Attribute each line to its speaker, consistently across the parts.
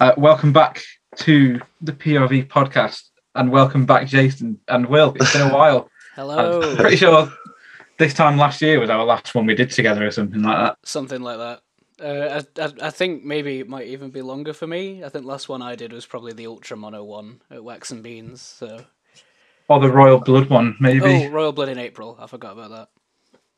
Speaker 1: Uh, welcome back to the POV podcast, and welcome back, Jason and Will. It's been a while. I'm
Speaker 2: Hello.
Speaker 1: pretty sure this time last year was our last one we did together, or something like that.
Speaker 2: Something like that. Uh, I, I, I think maybe it might even be longer for me. I think last one I did was probably the Ultra Mono one at Wax and Beans. So.
Speaker 1: Or the Royal Blood one, maybe.
Speaker 2: Oh, Royal Blood in April. I forgot about that.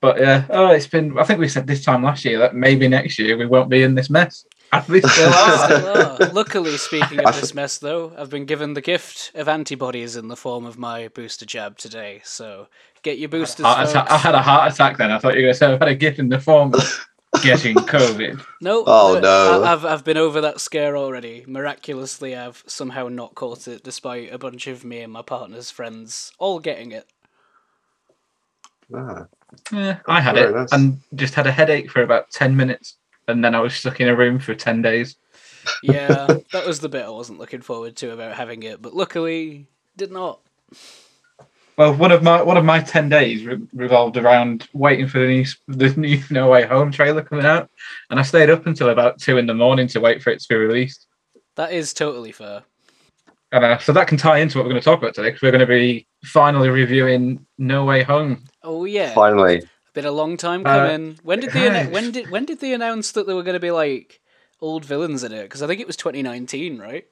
Speaker 1: But yeah, oh, it's been. I think we said this time last year that maybe next year we won't be in this mess. And we still are.
Speaker 2: Still are. Luckily, speaking
Speaker 3: I
Speaker 2: of
Speaker 3: th-
Speaker 2: this mess, though, I've been given the gift of antibodies in the form of my booster jab today. So get your boosters.
Speaker 1: Heart atta- I
Speaker 2: folks.
Speaker 1: had a heart attack then. I thought you were going to say I've had a gift in the form of getting COVID.
Speaker 2: No.
Speaker 3: Oh,
Speaker 2: uh,
Speaker 3: no.
Speaker 2: I, I've I've been over that scare already. Miraculously, I've somehow not caught it, despite a bunch of me and my partner's friends all getting it.
Speaker 3: Ah,
Speaker 1: Yeah, I had
Speaker 3: Very
Speaker 1: it
Speaker 3: nice.
Speaker 1: and just had a headache for about 10 minutes. And then I was stuck in a room for 10 days.
Speaker 2: Yeah, that was the bit I wasn't looking forward to about having it, but luckily did not.
Speaker 1: Well, one of my one of my 10 days re- revolved around waiting for the new, s- the new No Way Home trailer coming out. And I stayed up until about 2 in the morning to wait for it to be released.
Speaker 2: That is totally fair.
Speaker 1: And uh, so that can tie into what we're going to talk about today because we're going to be finally reviewing No Way Home.
Speaker 2: Oh yeah,
Speaker 3: finally.
Speaker 2: been a long time
Speaker 1: Uh,
Speaker 2: coming. when did they anno-
Speaker 1: yes.
Speaker 2: when did when did they announce that there were going to be like old villains in it? Because I think it was 2019, right?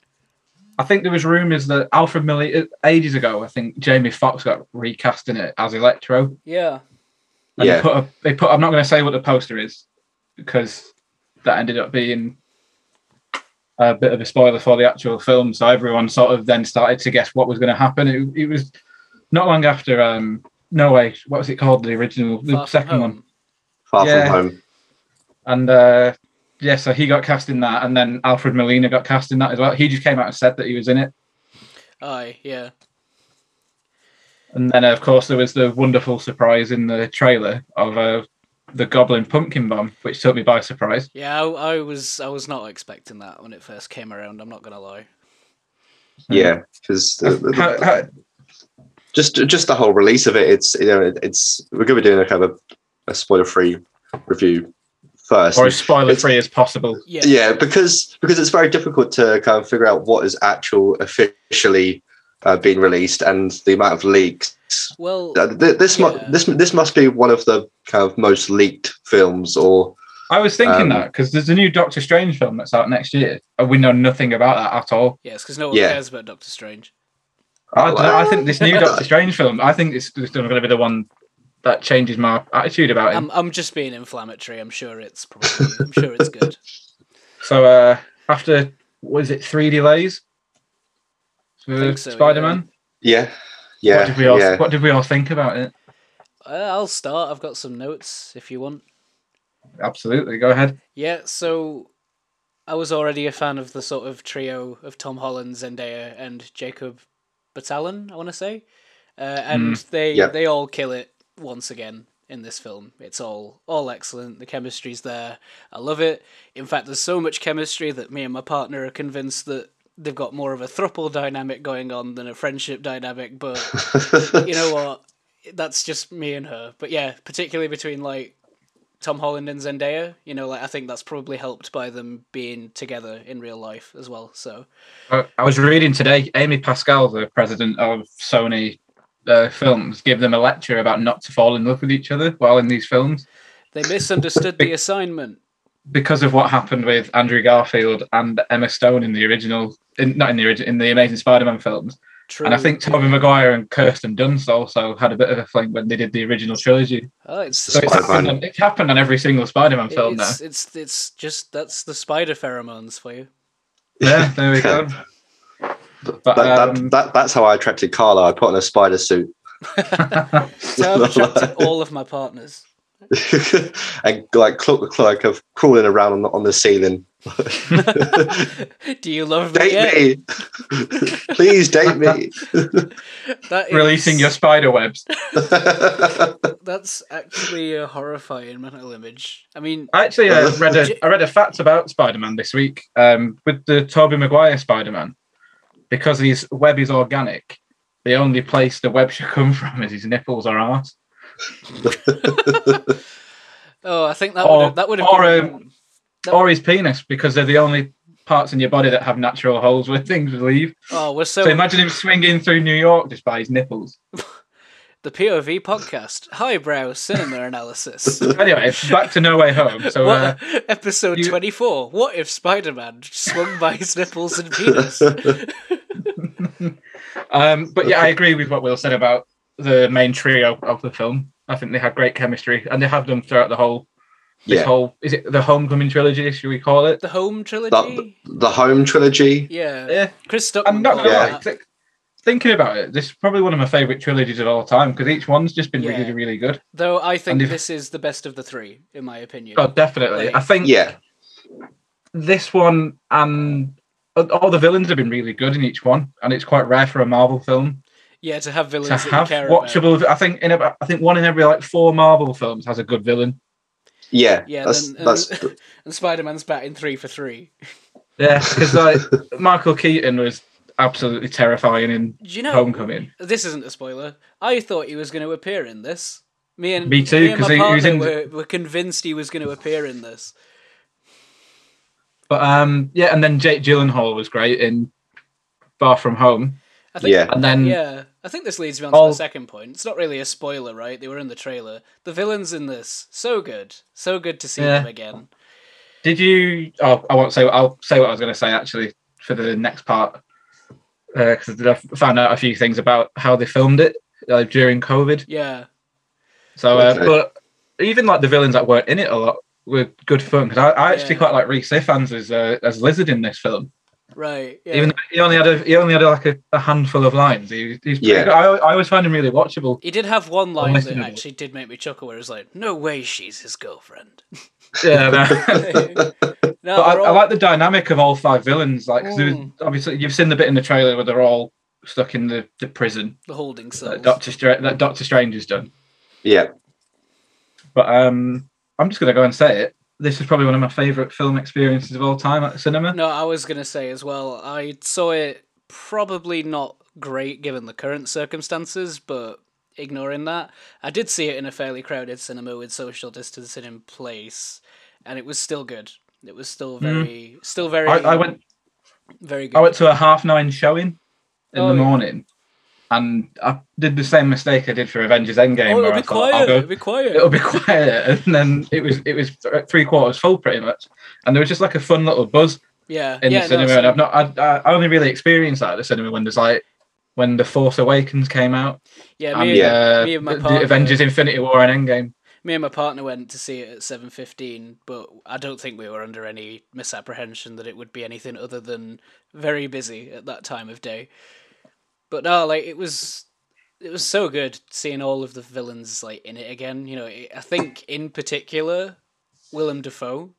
Speaker 1: I think there was rumours that Alfred Millie, ages ago, I think Jamie Foxx got recast in it as Electro.
Speaker 2: Yeah.
Speaker 1: And
Speaker 3: Yeah.
Speaker 1: They put, a, they put. I'm not going to say what the poster is because that ended up being a bit of a spoiler for the actual film. So everyone sort of then started to guess what was going to happen. It, it was not long after. Um, no way. What was it called? The original, the
Speaker 2: Far From
Speaker 1: second
Speaker 2: Home.
Speaker 1: one.
Speaker 3: Far
Speaker 1: Yeah. Mm-hmm.
Speaker 3: from home.
Speaker 1: And uh, yeah, so he got cast in that, and then Alfred Molina got cast in that as well. He just came out and said that he was in it.
Speaker 2: Aye, yeah.
Speaker 1: And then, of course, there was the wonderful surprise in the trailer of uh, the Goblin Pumpkin Bomb, which took me by surprise.
Speaker 2: Yeah, I, I was I was not expecting that when it first came around. I'm not gonna lie.
Speaker 3: Yeah, because
Speaker 1: How- how-
Speaker 3: just just the whole release of it. It's you know it, it's we're gonna be doing a kind of a, spoiler free review first.
Speaker 1: or as spoiler free as possible.
Speaker 2: Yeah,
Speaker 3: yeah, because because it's very difficult to kind of figure out what is actual officially uh, being released and the amount of leaks.
Speaker 2: Well,
Speaker 3: Uh, th- This mu-
Speaker 2: Yeah.
Speaker 3: this this must be one of the kind of most leaked films, or
Speaker 1: I was thinking
Speaker 3: Um,
Speaker 1: that because there's a new Doctor Strange film that's out next year, and we know nothing about that at all.
Speaker 2: yes, because no one
Speaker 3: yeah.
Speaker 2: cares about Doctor Strange.
Speaker 1: I, don't know, I think this new
Speaker 3: Well-
Speaker 1: Doctor Strange film, I think it's, it's going to be the one that changes my attitude about him.
Speaker 2: I'm I'm just being inflammatory. I'm sure it's probably I'm sure it's good.
Speaker 1: so uh, after was it three delays for
Speaker 2: think so, yeah.
Speaker 1: Spider Man?
Speaker 3: yeah, yeah,
Speaker 1: What did we all
Speaker 3: yeah.
Speaker 1: What did we all think about it?
Speaker 2: Uh, I'll start. I've got some notes if you want.
Speaker 1: Absolutely, go ahead.
Speaker 2: Yeah, so I was already a fan of the sort of trio of Tom Holland, Zendaya, and Jacob Batalon, I want to say. Uh, and they
Speaker 3: Yeah.
Speaker 2: they all kill it once again in this film. It's all all excellent. The chemistry's there. I love it. In fact, there's so much chemistry that me and my partner are convinced that they've got more of a thruple dynamic going on than a friendship dynamic, but you know what? That's just me and her. But yeah, particularly between like Tom Holland and Zendaya, you know, like I think that's probably helped by them being together in real life as well. So
Speaker 1: I Uh, I was reading today, Amy Pascal, the president of Sony uh, Films, gave them a lecture about not to fall in love with each other while in these films.
Speaker 2: they misunderstood the assignment.
Speaker 1: because of what happened with Andrew Garfield and Emma Stone in the original, in, not in the original, in the Amazing Spider-Man films,
Speaker 2: True.
Speaker 1: and I think Tobey Maguire and Kirsten Dunst also had a bit of a fling when they did the original trilogy.
Speaker 2: oh, it's,
Speaker 1: So it's happened,
Speaker 3: Spider-Man.
Speaker 1: on, it's happened on every single Spider-Man film now.
Speaker 2: it's, it's it's just that's the spider pheromones for you.
Speaker 1: Yeah, there we go. But
Speaker 3: that,
Speaker 1: um,
Speaker 3: that, that that's how I attracted Carla. I put on a spider suit.
Speaker 2: So I've attracted all of my partners.
Speaker 3: and like cl- cl- like of crawling around on the, on the ceiling.
Speaker 2: Do you love me?
Speaker 3: Date
Speaker 2: yet?
Speaker 3: me, please date me.
Speaker 2: That
Speaker 1: releasing
Speaker 2: is-
Speaker 1: your spider webs.
Speaker 2: That's actually a horrifying mental image. I mean,
Speaker 1: I Actually, I read
Speaker 2: J-
Speaker 1: a I read a fact about Spider-Man this week um, with the Tobey Maguire Spider-Man because his web is organic. The only place the web should come from is his nipples or arse.
Speaker 2: oh, I think that
Speaker 1: Or-
Speaker 2: would oh, that would have
Speaker 1: or,
Speaker 2: given,
Speaker 1: oh, um, or his penis because they're the only parts in your body that have natural holes where things leave.
Speaker 2: Oh, we're so,
Speaker 1: So imagine him swinging through New York just by his nipples.
Speaker 2: the POV podcast, highbrow cinema analysis.
Speaker 1: Anyway, back to No Way Home. So uh,
Speaker 2: What, episode
Speaker 1: you-
Speaker 2: 24. What if Spider Man swung by his nipples and penis?
Speaker 1: Um, but yeah, I agree with what Will said about the main trio of the film. I think they had great chemistry, and they have them throughout the whole. This
Speaker 3: Yeah.
Speaker 1: whole is it the Homecoming trilogy? Should we call it?
Speaker 2: the Home trilogy?
Speaker 3: That, the Home trilogy.
Speaker 2: yeah.
Speaker 1: Yeah,
Speaker 2: Chris Stuckman.
Speaker 1: I'm not gonna
Speaker 2: called
Speaker 1: lie.
Speaker 2: that.
Speaker 1: th- Thinking about it, this is probably one of my favorite trilogies of all time because each one's just been
Speaker 2: Yeah.
Speaker 1: really, really good.
Speaker 2: Though I think
Speaker 1: And if-
Speaker 2: this is the best of the three, in my opinion.
Speaker 1: Oh, definitely.
Speaker 2: Like-
Speaker 1: I think
Speaker 3: Yeah,
Speaker 1: this one and all the villains have been really good in each one, and it's quite rare for a Marvel film
Speaker 2: Yeah, to have villains
Speaker 1: to
Speaker 2: that
Speaker 1: have
Speaker 2: you care
Speaker 1: watchable. I think in about, I think one in every like four Marvel films has a good villain.
Speaker 3: yeah.
Speaker 2: Yeah,
Speaker 3: that's
Speaker 2: then- uh,
Speaker 3: that's
Speaker 2: about. And Spider Man's batting three for three.
Speaker 1: Yeah, because like Michael Keaton was absolutely terrifying in
Speaker 2: Do you know?
Speaker 1: Homecoming.
Speaker 2: This isn't a spoiler. I thought he was going to appear in this. Me and
Speaker 1: Me too,
Speaker 2: me and
Speaker 1: 'cause
Speaker 2: my
Speaker 1: he- he was
Speaker 2: partner
Speaker 1: in-
Speaker 2: were, were convinced he was going to appear in this.
Speaker 1: But um, yeah, and then Jake Gyllenhaal was great in Far From Home,
Speaker 2: I think
Speaker 3: Yeah.
Speaker 1: and then
Speaker 2: Yeah, I think this leads me on to
Speaker 1: All-
Speaker 2: the second point. It's not really a spoiler, right? They were in the trailer. The villains in this, so good, so good to see
Speaker 1: Yeah.
Speaker 2: them again.
Speaker 1: did you? Oh, I won't say. I'll say what I was going to say actually for the next part because I found out a few things about how they filmed it uh, during COVID.
Speaker 2: Yeah,
Speaker 1: So, uh,
Speaker 3: Okay.
Speaker 1: but even like the villains that weren't in it a lot were good fun because I, I actually
Speaker 2: Yeah.
Speaker 1: quite like Reese Ifans as uh, as Lizard in this film.
Speaker 2: right. Yeah.
Speaker 1: Even though he only had a, he only had like a, a handful of lines. He, he's pretty
Speaker 3: Yeah.
Speaker 1: good. I, I always find him really watchable.
Speaker 2: he did have one line
Speaker 1: Almost
Speaker 2: that
Speaker 1: inaudible.
Speaker 2: actually did make me chuckle, where it was like, "No way, she's his girlfriend."
Speaker 1: Yeah, no.
Speaker 2: no,
Speaker 1: but I,
Speaker 2: they're
Speaker 1: I
Speaker 2: all-
Speaker 1: like the dynamic of all five villains. Like, 'cause there was-
Speaker 2: Mm.
Speaker 1: obviously you've seen the bit in the trailer where they're all stuck in the, the prison
Speaker 2: the holding cells.
Speaker 1: that Doctor Stra- that Doctor Strange has done.
Speaker 3: yeah.
Speaker 1: But um, I'm just gonna go and say it. This is probably one of my favorite film experiences of all time at the cinema.
Speaker 2: No, I was gonna say as well. I saw it probably not great given the current circumstances, but ignoring that, I did see it in a fairly crowded cinema with social distancing in place, and it was still good. It was still very, still very,
Speaker 1: Mm. I, I went
Speaker 2: very good.
Speaker 1: I went to a half nine showing in
Speaker 2: Oh,
Speaker 1: the
Speaker 2: yeah.
Speaker 1: morning, and I did the same mistake I did for Avengers Endgame.
Speaker 2: oh,
Speaker 1: where
Speaker 2: it'll
Speaker 1: I
Speaker 2: be
Speaker 1: thought,
Speaker 2: quiet.
Speaker 1: I'll
Speaker 2: It'll
Speaker 1: go,
Speaker 2: be quiet.
Speaker 1: it'll be quiet, and then it was it was th- three quarters full pretty much, and there was just like a fun little buzz
Speaker 2: yeah,
Speaker 1: in
Speaker 2: yeah,
Speaker 1: the
Speaker 2: no,
Speaker 1: cinema.
Speaker 2: same.
Speaker 1: and I've not I, I only really experienced that at the cinema when there's like when the Force Awakens came out
Speaker 2: yeah,
Speaker 1: and
Speaker 2: me,
Speaker 3: yeah.
Speaker 1: uh,
Speaker 2: me and my
Speaker 1: the- the
Speaker 2: partner-
Speaker 1: Avengers Infinity War and Endgame.
Speaker 2: me and my partner went to see it at seven fifteen, but I don't think we were under any misapprehension that it would be anything other than very busy at that time of day. But no, like it was, it was so good seeing all of the villains like in it again. You know, it, I think in particular, Willem Dafoe,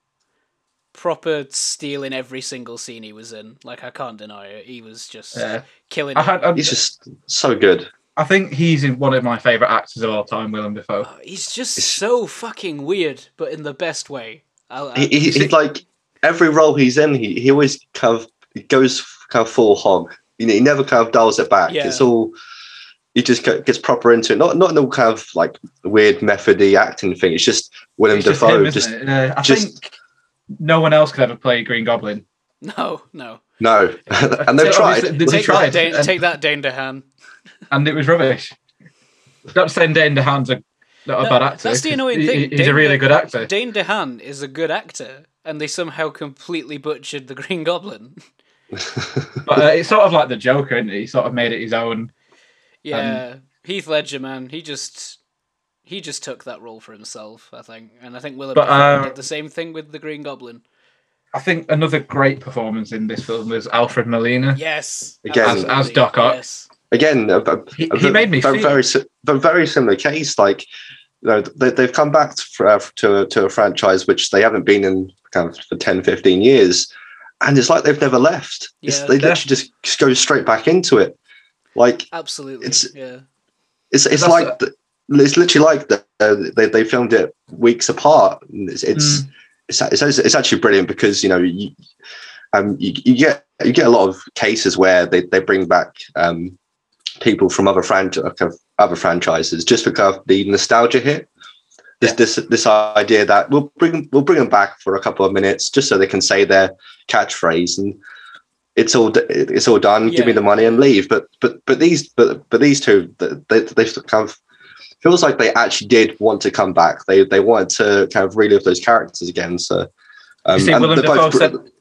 Speaker 2: proper stealing every single scene he was in. Like I can't deny it, he was just
Speaker 1: Yeah.
Speaker 2: killing.
Speaker 1: I
Speaker 2: it.
Speaker 1: had I,
Speaker 3: He's just so good.
Speaker 1: I think he's in one of my favorite actors of all time, Willem Dafoe.
Speaker 2: Oh, He's just
Speaker 3: It's-
Speaker 2: so fucking weird, but in the best way. I, I,
Speaker 3: He, he, he like every role he's in, he, he always kind of he goes kind of full hog. You know, he never kind of dials it back.
Speaker 2: Yeah.
Speaker 3: It's all he just go- gets proper into it. Not not in all kind of like weird methody acting thing. It's just Willem
Speaker 1: It's just
Speaker 3: Dafoe.
Speaker 1: him,
Speaker 3: Just,
Speaker 1: isn't it? Uh, I
Speaker 3: just-
Speaker 1: think no one else could ever play Green Goblin.
Speaker 2: no, no.
Speaker 3: no, and they've
Speaker 1: So
Speaker 3: tried.
Speaker 1: obviously-
Speaker 3: They've
Speaker 1: they
Speaker 2: Take
Speaker 1: tried.
Speaker 2: that, Dane,
Speaker 1: and-
Speaker 2: take that, Dane DeHaan.
Speaker 1: and it was rubbish. Not saying Dane DeHaan's a not a
Speaker 2: No,
Speaker 1: Oh, bad actor.
Speaker 2: that's the annoying
Speaker 1: He-
Speaker 2: thing.
Speaker 1: He's a
Speaker 2: Dane
Speaker 1: really
Speaker 2: De-
Speaker 1: good actor.
Speaker 2: Dane DeHaan is a good actor, and they somehow completely butchered the Green Goblin.
Speaker 1: But uh, it's sort of like the Joker, isn't it? He sort of made it his own.
Speaker 2: Yeah,
Speaker 1: Um,
Speaker 2: Heath Ledger, man, he just he just took that role for himself, I think, and I think Willem
Speaker 1: But,
Speaker 2: Dafoe
Speaker 1: uh,
Speaker 2: did the same thing with the Green Goblin.
Speaker 1: I think another great performance in this film was Alfred Molina.
Speaker 2: Yes,
Speaker 3: Again. As- as
Speaker 2: absolutely,
Speaker 1: Doc Ock.
Speaker 2: Yes.
Speaker 3: again, a, a,
Speaker 1: He-
Speaker 3: a
Speaker 1: he
Speaker 3: ve-
Speaker 1: made me
Speaker 3: very,
Speaker 1: feel-
Speaker 3: very, si- a very similar case. Like you know, they, they've come back to, uh, to to a franchise which they haven't been in kind of for 10, 15 years, and it's like they've never left. It's,
Speaker 2: Yeah.
Speaker 3: they
Speaker 1: Yeah.
Speaker 3: literally just, just go straight back into it. Like
Speaker 2: Absolutely,
Speaker 3: It's-
Speaker 2: yeah,
Speaker 3: it's it's
Speaker 1: That's
Speaker 3: like
Speaker 1: a-
Speaker 3: the, it's literally like the, uh, they they filmed it weeks apart. And It's
Speaker 1: Mm.
Speaker 3: it's, it's it's actually- it's actually brilliant because you know you um you, you get you get a lot of cases where they, they bring back um uh, people from other franchise other franchises just because of the nostalgia hit. This, this this idea that we'll bring we'll bring them back for a couple of minutes just so they can say their catchphrase and it's all d- it's all done. Give me
Speaker 2: Yeah.
Speaker 3: the money and leave. But but but these but but these two they they have kind of feels like they actually did want to come back. They they wanted to kind of relive those characters again. So um,
Speaker 1: You see,
Speaker 3: and
Speaker 1: Willem
Speaker 3: they're both
Speaker 1: Dafoe
Speaker 3: br-
Speaker 1: said,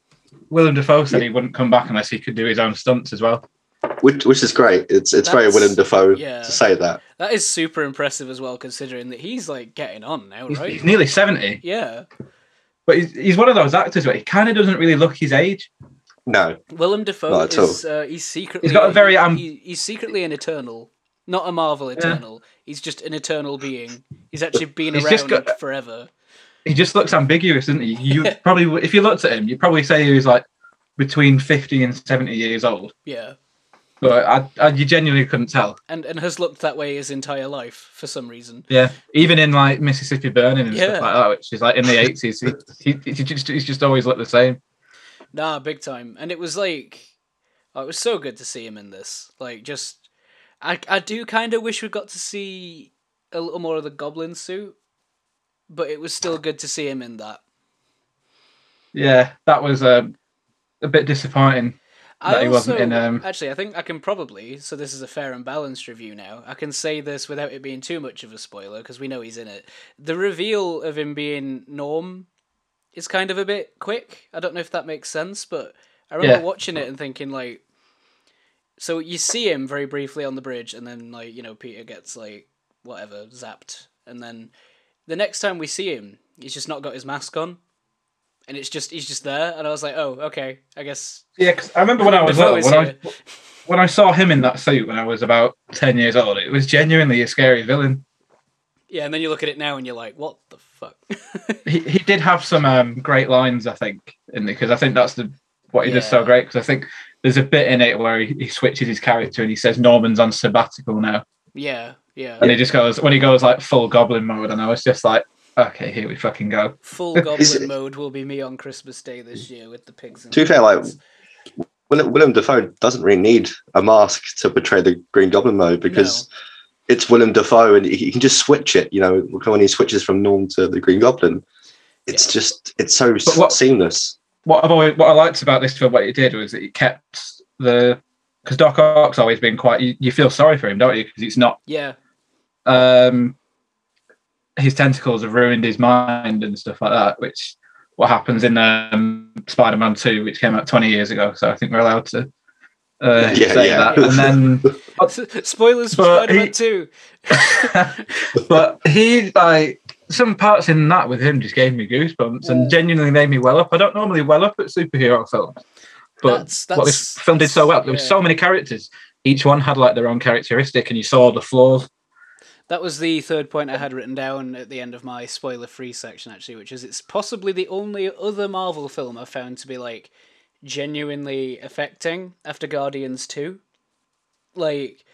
Speaker 1: Willem Dafoe said he wouldn't come back unless he could do his own stunts as well.
Speaker 3: which which is great. It's it's very
Speaker 2: That's-
Speaker 3: Willem Dafoe
Speaker 2: yeah.
Speaker 3: to say that.
Speaker 2: That is super impressive as well, considering that he's like getting on now,
Speaker 1: He's,
Speaker 2: right?
Speaker 1: he's nearly 70,
Speaker 2: Yeah.
Speaker 1: but he's, he's one of those actors where he kind of doesn't really look his age.
Speaker 3: No,
Speaker 2: Willem Dafoe
Speaker 3: Not at
Speaker 2: is uh, he's secretly e-
Speaker 1: He's got a very, um,
Speaker 2: he- he's secretly an eternal, not a Marvel eternal. He's just an eternal being. He's actually been
Speaker 1: He's
Speaker 2: around
Speaker 1: just got- uh,
Speaker 2: forever.
Speaker 1: He just looks ambiguous, doesn't he? You probably, w- if you looked at him, you'd probably say he was like between 50 and 70 years old,
Speaker 2: Yeah,
Speaker 1: but I, I, you genuinely couldn't tell.
Speaker 2: and and has looked that way his entire life for some reason.
Speaker 1: Yeah, even in like Mississippi Burning and
Speaker 2: Yeah.
Speaker 1: stuff like that, which is like in the 80s, he, he, he just, he's just always looked the same.
Speaker 2: Nah, big time. And it was like, oh, it was so good to see him in this. Like, just I I do kind of wish we got to see a little more of the Goblin suit, but it was still good to see him in that.
Speaker 1: Yeah, that was um, a bit disappointing. that he wasn't in, um,
Speaker 2: Actually, I think I can probably. So this is a fair and balanced review now. I can say this without it being too much of a spoiler because we know he's in it. The reveal of him being Norm is kind of a bit quick. I don't know if that makes sense, but I remember
Speaker 1: Yeah.
Speaker 2: watching it and thinking like, so you see him very briefly on the bridge, and then like you know Peter gets like whatever zapped, and then the next time we see him, he's just not got his mask on. And it's just he's just there, and I was like, "Oh, okay, I guess
Speaker 1: Yeah, 'cause I remember when I was
Speaker 2: Dafoe
Speaker 1: little,
Speaker 2: is
Speaker 1: when I, when I saw him in that suit when I was about 10 years old, it was genuinely a scary villain.
Speaker 2: Yeah, and then you look at it now and you're like, what the fuck?
Speaker 1: He, he did have some um, great lines, I think, in because I think that's the what he does so
Speaker 2: Yeah.
Speaker 1: great. Because I think there's a bit in it where he, he switches his character and he says Norman's on sabbatical now,
Speaker 2: yeah, yeah.
Speaker 1: and he just goes when he goes like full goblin mode, and I was just like, okay, here we fucking go.
Speaker 2: Full
Speaker 3: Is
Speaker 2: goblin
Speaker 3: it- Mm.
Speaker 2: mode will be me on Christmas Day this year with the pigs. And
Speaker 3: To be fair, like- Willem, Willem Dafoe doesn't really need a mask to portray the Green Goblin mode because it's Willem Dafoe and he, he can just switch it. You know, when he switches from Norm to the Green Goblin, it's
Speaker 2: Yeah.
Speaker 3: just it's so s-
Speaker 1: what-
Speaker 3: seamless.
Speaker 1: what I've always what I liked about this film, what it did was that it kept the because Doc Ock's always been quite. You, you feel sorry for him, don't you? Because it's not.
Speaker 2: yeah,
Speaker 1: Um, his tentacles have ruined his mind and stuff like that. Which what happens in um, Spider-Man Two, which came out twenty years ago. So I think we're allowed to uh,
Speaker 3: Yeah,
Speaker 1: say
Speaker 3: yeah.
Speaker 1: that. And then
Speaker 3: Oh.
Speaker 2: spoilers for
Speaker 1: But
Speaker 2: Spider-Man
Speaker 1: he-
Speaker 2: Two.
Speaker 1: but he like some parts in that with him just gave me goosebumps and genuinely made me well up. I don't normally well up at superhero films, but
Speaker 2: That's-
Speaker 1: what
Speaker 2: that's-
Speaker 1: this film did so well. There were
Speaker 2: yeah.
Speaker 1: so many characters. Each one had like their own characteristic, and you saw the flaws.
Speaker 2: That was the third point I had written down at the end of my spoiler-free section, actually, which is it's possibly the only other Marvel film I've found to be like genuinely affecting after Guardians Two. Like,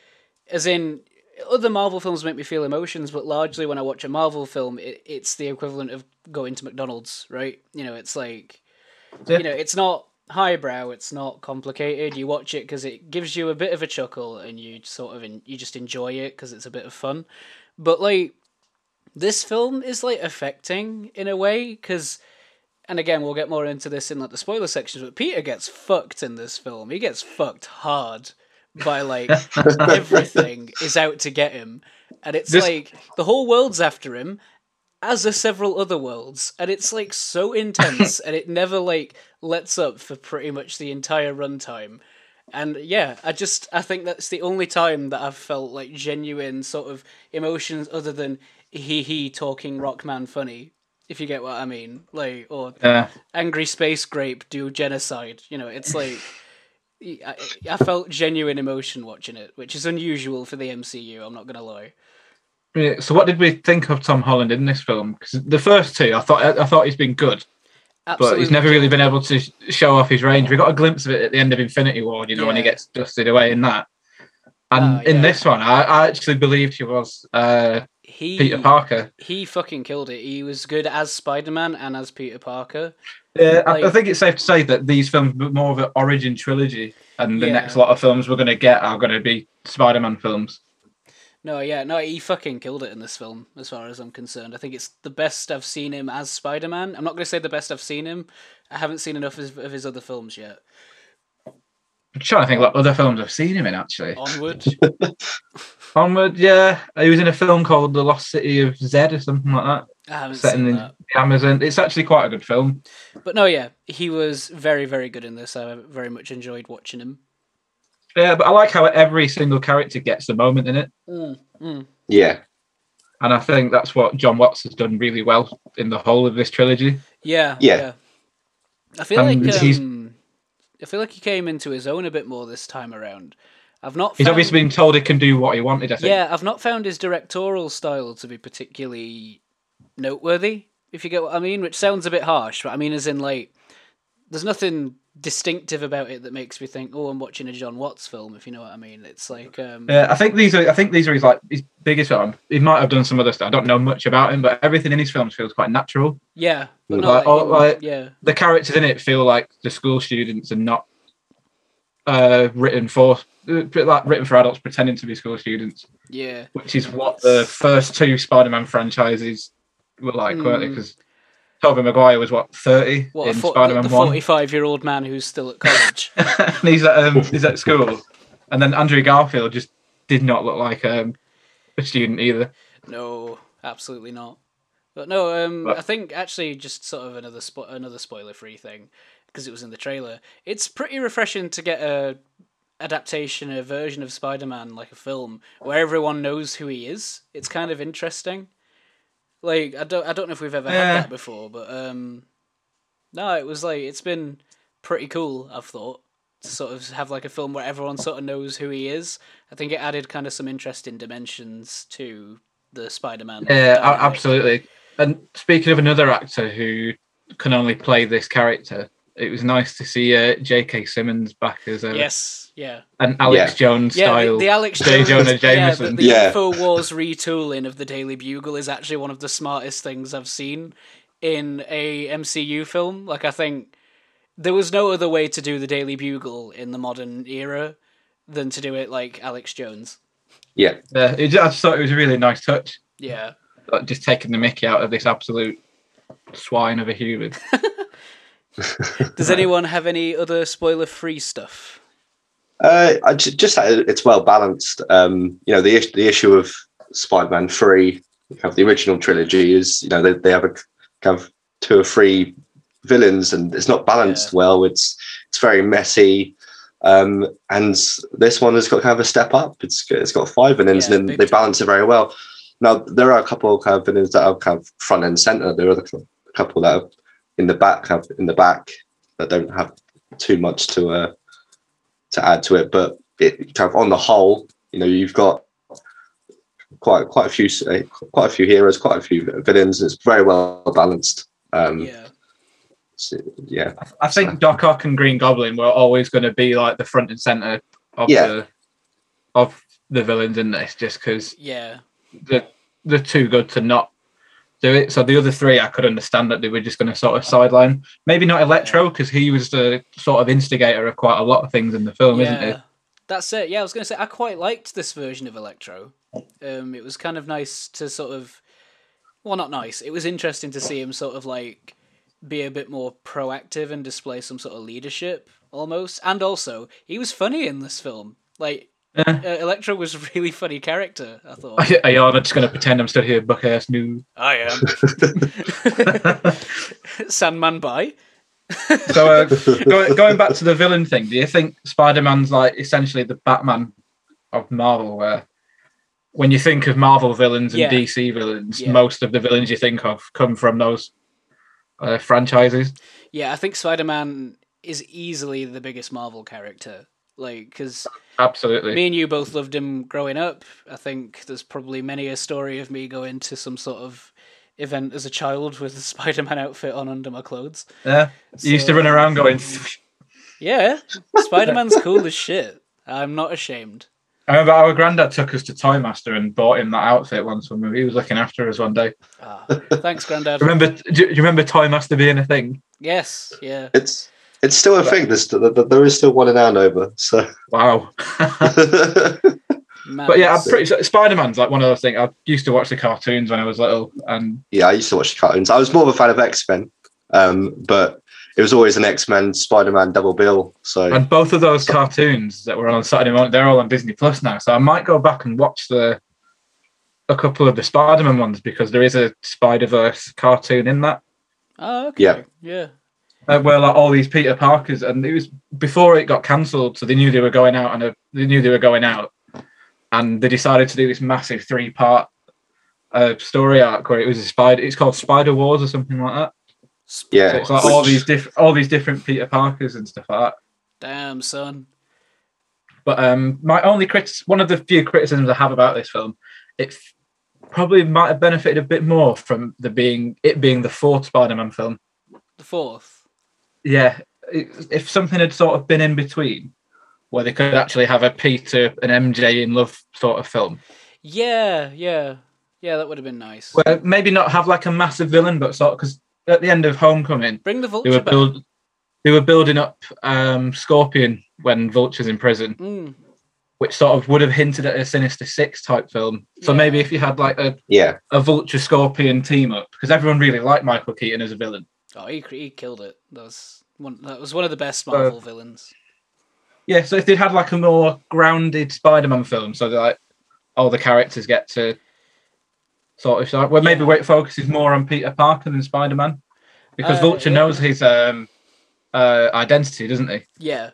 Speaker 2: as in other Marvel films make me feel emotions, but largely when I watch a Marvel film, it, it's the equivalent of going to McDonald's, right? You know, it's like,
Speaker 1: Yeah.
Speaker 2: you know, it's not highbrow, it's not complicated. You watch it because it gives you a bit of a chuckle, and you sort of en- you just enjoy it because it's a bit of fun. But like, this film is like affecting in a way because. And again, we'll get more into this in like the spoiler sections, but Peter gets fucked in this film. He gets fucked hard by like everything is out to get him. And it's
Speaker 1: This-
Speaker 2: like the whole world's after him, as are several other worlds. And it's like so intense and it never like lets up for pretty much the entire runtime. And yeah, I just I think that's the only time that I've felt like genuine sort of emotions other than he he talking Rockman funny, if you get what I mean. Like or
Speaker 1: Yeah,
Speaker 2: angry space grape do genocide. You know, it's like I, I felt genuine emotion watching it, which is unusual for the MCU. I'm not gonna lie.
Speaker 1: Yeah, So, what did we think of Tom Holland in this film? Because the first two, I thought I, I thought he's been good,
Speaker 2: Absolutely.
Speaker 1: but he's never really been able to sh- show off his range. We got a glimpse of it at the end of Infinity War, you know, when he
Speaker 2: Yeah.
Speaker 1: gets dusted away in that. And
Speaker 2: Ah, yeah.
Speaker 1: in this one, I, I actually believed he was uh,
Speaker 2: he,
Speaker 1: Peter Parker.
Speaker 2: He fucking killed it. He was good as Spider Man and as Peter Parker.
Speaker 1: Yeah, I- I
Speaker 2: Like-
Speaker 1: think it's safe to say that these films were more of an origin trilogy, and the
Speaker 2: Yeah.
Speaker 1: next lot of films we're going to get are going to be Spider-Man films.
Speaker 2: No, yeah, no, he fucking killed it in this film, as far as I'm concerned. I think it's the best I've seen him as Spider Man. I'm not going to say the best I've seen him. I haven't seen enough of of his other films yet.
Speaker 1: I'm trying to think what other films I've seen him in actually.
Speaker 2: Onward.
Speaker 1: Onward, yeah. He was in a film called The Lost City of Z or something like that.
Speaker 2: I haven't
Speaker 1: set in
Speaker 2: seen
Speaker 1: the,
Speaker 2: that.
Speaker 1: the Amazon. It's actually quite a good film.
Speaker 2: But no, yeah, he was very, very good in this. I very much enjoyed watching him.
Speaker 1: Yeah, but I like how every single character gets a moment in it,
Speaker 2: Mm, mm.
Speaker 3: Yeah,
Speaker 1: and I think that's what John Watts has done really well in the whole of this trilogy.
Speaker 2: Yeah, yeah,
Speaker 3: Yeah.
Speaker 2: I feel
Speaker 1: Um,
Speaker 2: like
Speaker 1: he's-
Speaker 2: um, I feel like he came into his own a bit more this time around. I've not.
Speaker 1: He's
Speaker 2: found-
Speaker 1: obviously been told he can do what he wanted. I think.
Speaker 2: Yeah, I've not found his directorial style to be particularly noteworthy, if you get what I mean, which sounds a bit harsh, but I mean, as in, like, there's nothing distinctive about it that makes me think, oh, I'm watching a John Watts film, if you know what I mean. It's like, um,
Speaker 1: Yeah, I think these are. I think these are his like his biggest film. He might have done some other stuff. I don't know much about him, but everything in his films feels quite natural.
Speaker 2: yeah, but not
Speaker 1: Like,
Speaker 2: like,
Speaker 1: oh, like-
Speaker 2: yeah,
Speaker 1: The characters in it feel like the school students and not uh, written for uh, like written for adults pretending to be school students,
Speaker 2: yeah.
Speaker 1: which is what the first two Spider-Man franchises were like, weren't they?
Speaker 2: Mm.
Speaker 1: Because Tobey Maguire was what thirty
Speaker 2: What, a
Speaker 1: in
Speaker 2: fo-
Speaker 1: Spider-Man
Speaker 2: the
Speaker 1: One.
Speaker 2: 45 year old man who's still at college.
Speaker 1: and he's at um, he's at school, and then Andrew Garfield just did not look like um, a student either.
Speaker 2: No, absolutely not. But no, um,
Speaker 1: But-
Speaker 2: I think actually just sort of another spo- another spoiler free thing because it was in the trailer. It's pretty refreshing to get a adaptation, a version of Spider Man like a film where everyone knows who he is. It's kind of interesting. Like I don't I don't know if we've ever
Speaker 1: Yeah.
Speaker 2: had that before, but um, no, it was like it's been pretty cool. I've thought to sort of have like a film where everyone sort of knows who he is. I think it added kind of some interesting dimensions to the Spider-Man.
Speaker 1: Yeah, a-
Speaker 2: dynamic.
Speaker 1: absolutely. And speaking of another actor who can only play this character, it was nice to see uh, J.K. Simmons back as a,
Speaker 2: Yes, yeah,
Speaker 1: an Alex Jones
Speaker 2: yeah.
Speaker 1: style.
Speaker 2: The, the Alex
Speaker 1: J.
Speaker 2: Jones,
Speaker 1: Jonah
Speaker 2: Yeah,
Speaker 1: Jameson.
Speaker 2: the, the
Speaker 3: Yeah.
Speaker 2: Info Wars retooling of the Daily Bugle is actually one of the smartest things I've seen in a MCU film. Like, I think there was no other way to do the Daily Bugle in the modern era than to do it like Alex Jones.
Speaker 3: yeah,
Speaker 1: Yeah, it ju- I just thought it was a really nice touch,
Speaker 2: Yeah.
Speaker 1: like, just taking the mickey out of this absolute swine of a human.
Speaker 2: Does anyone have any other spoiler-free stuff?
Speaker 3: Uh, I ju- just that it- it's well balanced. Um, you know, the is- the issue of Spider-Man Three, you have the original trilogy is you know they, they have a kind of two or three villains and it's not balanced well. It's it's very messy. Um, and this one has got kind of a step up. It's got- it's got five villains
Speaker 2: Yeah,
Speaker 3: and
Speaker 2: big
Speaker 3: then they balance it very well. Now there are a couple of kind of villains that are kind of front and center. There are the cou- couple that are in the back kind of in the back that don't have too much to uh, to add to it. But it kind of on the whole, you know, you've got quite quite a few uh, quite a few heroes, quite a few villains. and It's very well balanced. Um, yeah.
Speaker 2: Yeah.
Speaker 3: yeah,
Speaker 1: I think Doc Ock and Green Goblin were always going to be like the front and center of
Speaker 3: Yeah.
Speaker 1: the of the villains in this, just because
Speaker 2: Yeah.
Speaker 1: the the too good to not do it. So the other three, I could understand that they were just going to sort of sideline. Maybe not Electro because he was the sort of instigator of quite a lot of things in the film,
Speaker 2: yeah.
Speaker 1: isn't he?
Speaker 2: That's it. Yeah, I was going to say I quite liked this version of Electro. Um, it was kind of nice to sort of, well, not nice. It was interesting to see him sort of like be a bit more proactive and display some sort of leadership almost. And also, he was funny in this film. Like
Speaker 1: Yeah.
Speaker 2: uh, Electro was a really funny character. I thought
Speaker 1: Ayana just going to pretend I'm still here, buck ass new.
Speaker 2: I am Sandman by.
Speaker 1: So uh, go, going back to the villain thing, do you think Spider-Man's like essentially the Batman of Marvel? Where when you think of Marvel villains and
Speaker 2: Yeah.
Speaker 1: DC villains,
Speaker 2: Yeah.
Speaker 1: most of the villains you think of come from those uh, franchises.
Speaker 2: Yeah, I think Spider Man is easily the biggest Marvel character. Like, because
Speaker 1: Absolutely.
Speaker 2: me and you both loved him growing up. I think there's probably many a story of me going to some sort of event as a child with a Spider Man outfit on under my clothes.
Speaker 1: yeah. You used to
Speaker 2: So-
Speaker 1: run around going.
Speaker 2: Yeah, Spider Man's cool as shit. I'm not ashamed.
Speaker 1: I remember our granddad took us to Toy Master and bought him that outfit once when we- he was looking after us one day.
Speaker 2: Ah, thanks, Grandad.
Speaker 1: Remember, do you do you remember Toy Master being a thing?
Speaker 2: Yes, yeah.
Speaker 3: it's it's still a thing. There's th- th- there is still one in Andover. So
Speaker 1: Wow.
Speaker 2: Man,
Speaker 1: But yeah, I'm
Speaker 2: it's-
Speaker 1: pretty sure Spider Man's like one of those things. I used to watch the cartoons when I was little, and
Speaker 3: Yeah, I used to watch the cartoons. I was more of a fan of X Men, um, but it was always an X Men, Spider Man double bill. So
Speaker 1: and both of those cartoons that were on Saturday morning, they're all on Disney Plus now. So I might go back and watch the a couple of the Spider Man ones because there is a Spider Verse cartoon in that.
Speaker 2: Oh, okay. Yeah.
Speaker 3: Yeah.
Speaker 1: Uh, where like all these Peter Parkers, and it was before it got cancelled, so they knew they were going out, and uh, they knew they were going out, and they decided to do this massive three-part uh, story arc where it was a spider. It's called Spider Wars or something like that.
Speaker 2: Sp-
Speaker 3: yeah,
Speaker 1: So it's like all
Speaker 3: which-
Speaker 1: these different, all these different Peter Parkers and stuff like that.
Speaker 2: Damn, son.
Speaker 1: But um, my only crit, one of the few criticisms I have about this film, it f- probably might have benefited a bit more from the being it being the fourth Spider-Man film.
Speaker 2: The fourth.
Speaker 1: Yeah, it, if something had sort of been in between, where they could actually have a Peter and MJ in love sort of film,
Speaker 2: Yeah, yeah. Yeah, that would have been nice.
Speaker 1: where maybe not have like a massive villain, but sort because at the end of Homecoming,
Speaker 2: Bring the
Speaker 1: they were
Speaker 2: vulture back.
Speaker 1: build, they were building up um, Scorpion when Vulture's in prison.
Speaker 2: Mm,
Speaker 1: which sort of would have hinted at a Sinister Six type film. So
Speaker 2: Yeah.
Speaker 1: maybe if you had like a,
Speaker 3: yeah,
Speaker 1: a Vulture Scorpion team up, because everyone really liked Michael Keaton as a villain.
Speaker 2: Oh, he, he killed it. That was one. That was one of the best
Speaker 1: Uh,
Speaker 2: Marvel villains.
Speaker 1: Yeah, so if they had like a more grounded Spider Man film, so that like all the characters get to sort of start, where maybe
Speaker 2: Yeah.
Speaker 1: where it focuses more on Peter Parker than Spider Man, because
Speaker 2: Uh,
Speaker 1: Vulture
Speaker 2: yeah.
Speaker 1: knows his um, uh, identity, doesn't he?
Speaker 2: Yeah,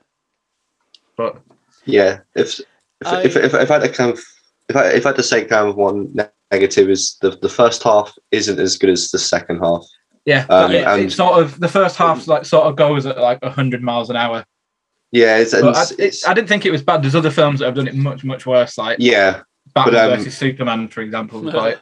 Speaker 1: But
Speaker 3: yeah. If if,
Speaker 2: I-
Speaker 3: if, if, if I had to kind of if I if I had to say kind of one ne- negative is the the first half isn't as good as the second half.
Speaker 1: yeah,
Speaker 3: Um,
Speaker 1: it-
Speaker 3: and-
Speaker 1: it's sort of the first half like sort of goes at like hundred miles an hour.
Speaker 3: Yeah, it's, and
Speaker 1: But I, it,
Speaker 3: it's
Speaker 1: I didn't think it was bad. There's other films that have done it much much worse, like
Speaker 3: yeah.
Speaker 1: Batman
Speaker 3: But, um,
Speaker 1: versus Superman, for example. Like,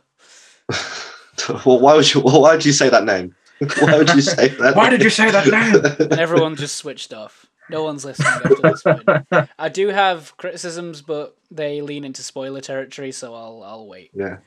Speaker 3: well, why would you? Well, why would you say that name? why would you say that?
Speaker 1: why did you say that now?
Speaker 2: and everyone just switched off. No one's listening after this point. I do have criticisms, but they lean into spoiler territory, so I'll I'll wait.
Speaker 3: yeah,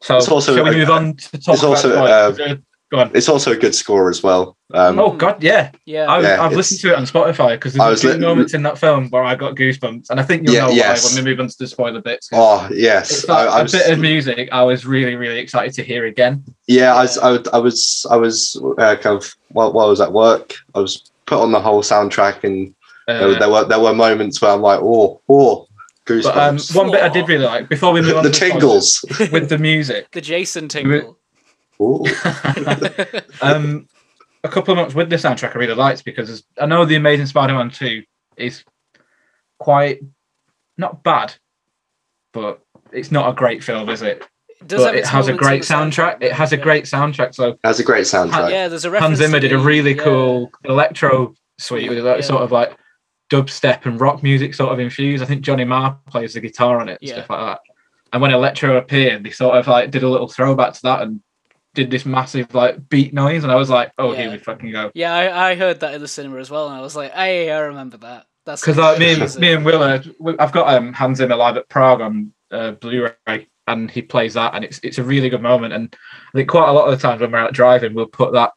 Speaker 1: So,
Speaker 3: It's also-
Speaker 1: shall we move on to talk
Speaker 3: it's
Speaker 1: about
Speaker 3: also, um,
Speaker 1: spoilers? Go on.
Speaker 3: it's also a good score as well. Um,
Speaker 1: Oh God, yeah.
Speaker 2: Yeah,
Speaker 1: I,
Speaker 3: Yeah,
Speaker 1: I've
Speaker 3: it's-
Speaker 1: listened to it on Spotify because there's
Speaker 3: I
Speaker 1: a
Speaker 3: was
Speaker 1: few
Speaker 3: lit-
Speaker 1: moments in that film where I got goosebumps, and I think you'll
Speaker 3: Yeah,
Speaker 1: know
Speaker 3: yes.
Speaker 1: why when we move on to the spoiler bits. 'cause
Speaker 3: Oh
Speaker 1: it's
Speaker 3: yes,
Speaker 1: like
Speaker 3: I, I
Speaker 1: a
Speaker 3: was,
Speaker 1: bit of music I was really, really excited to hear again.
Speaker 3: yeah, I was, I, was- I was, I was uh, kind of while, while I was at work, I was put on the whole soundtrack, and there,
Speaker 1: Uh,
Speaker 3: there were there were moments where I'm like, oh, oh, goosebumps,
Speaker 1: but um, one bit I did really like before we move on
Speaker 3: the
Speaker 1: to
Speaker 3: tingles.
Speaker 1: spoilers, with the music.
Speaker 2: the Jason tingle.
Speaker 3: Ooh.
Speaker 1: um, a couple of months with the soundtrack, I really liked because it's- I know the Amazing Spider-Man Two is quite not bad, but it's not a great film, is it?
Speaker 2: Does
Speaker 1: but
Speaker 2: have
Speaker 1: it
Speaker 2: its
Speaker 1: has a
Speaker 2: moments in
Speaker 1: great
Speaker 2: the
Speaker 1: soundtrack. It has a
Speaker 2: yeah.
Speaker 1: great soundtrack. So
Speaker 3: That's a great soundtrack.
Speaker 2: Yeah, there's a
Speaker 1: Hans
Speaker 2: reference.
Speaker 1: Zimmer
Speaker 2: to
Speaker 1: did a
Speaker 2: the-
Speaker 1: really
Speaker 2: yeah.
Speaker 1: cool electro suite with like,
Speaker 2: Yeah.
Speaker 1: sort of like dubstep and rock music sort of infused. I think Johnny Marr plays the guitar on it and
Speaker 2: Yeah.
Speaker 1: stuff like that. And when electro appeared, they sort of like did a little throwback to that and did this massive like beat noise, and I was like, "Oh,
Speaker 2: Yeah.
Speaker 1: here we fucking go."
Speaker 2: Yeah, I, I heard that in the cinema as well, and I was like, hey, I remember that. That's
Speaker 1: because
Speaker 2: some
Speaker 1: like, me,
Speaker 2: good
Speaker 1: and,
Speaker 2: music.
Speaker 1: me and Willard, we- I've got um, Hans Zimmer live at Prague on uh, Blu-ray, and he plays that, and it's it's a really good moment. And I think quite a lot of the times when we're out driving, we'll put that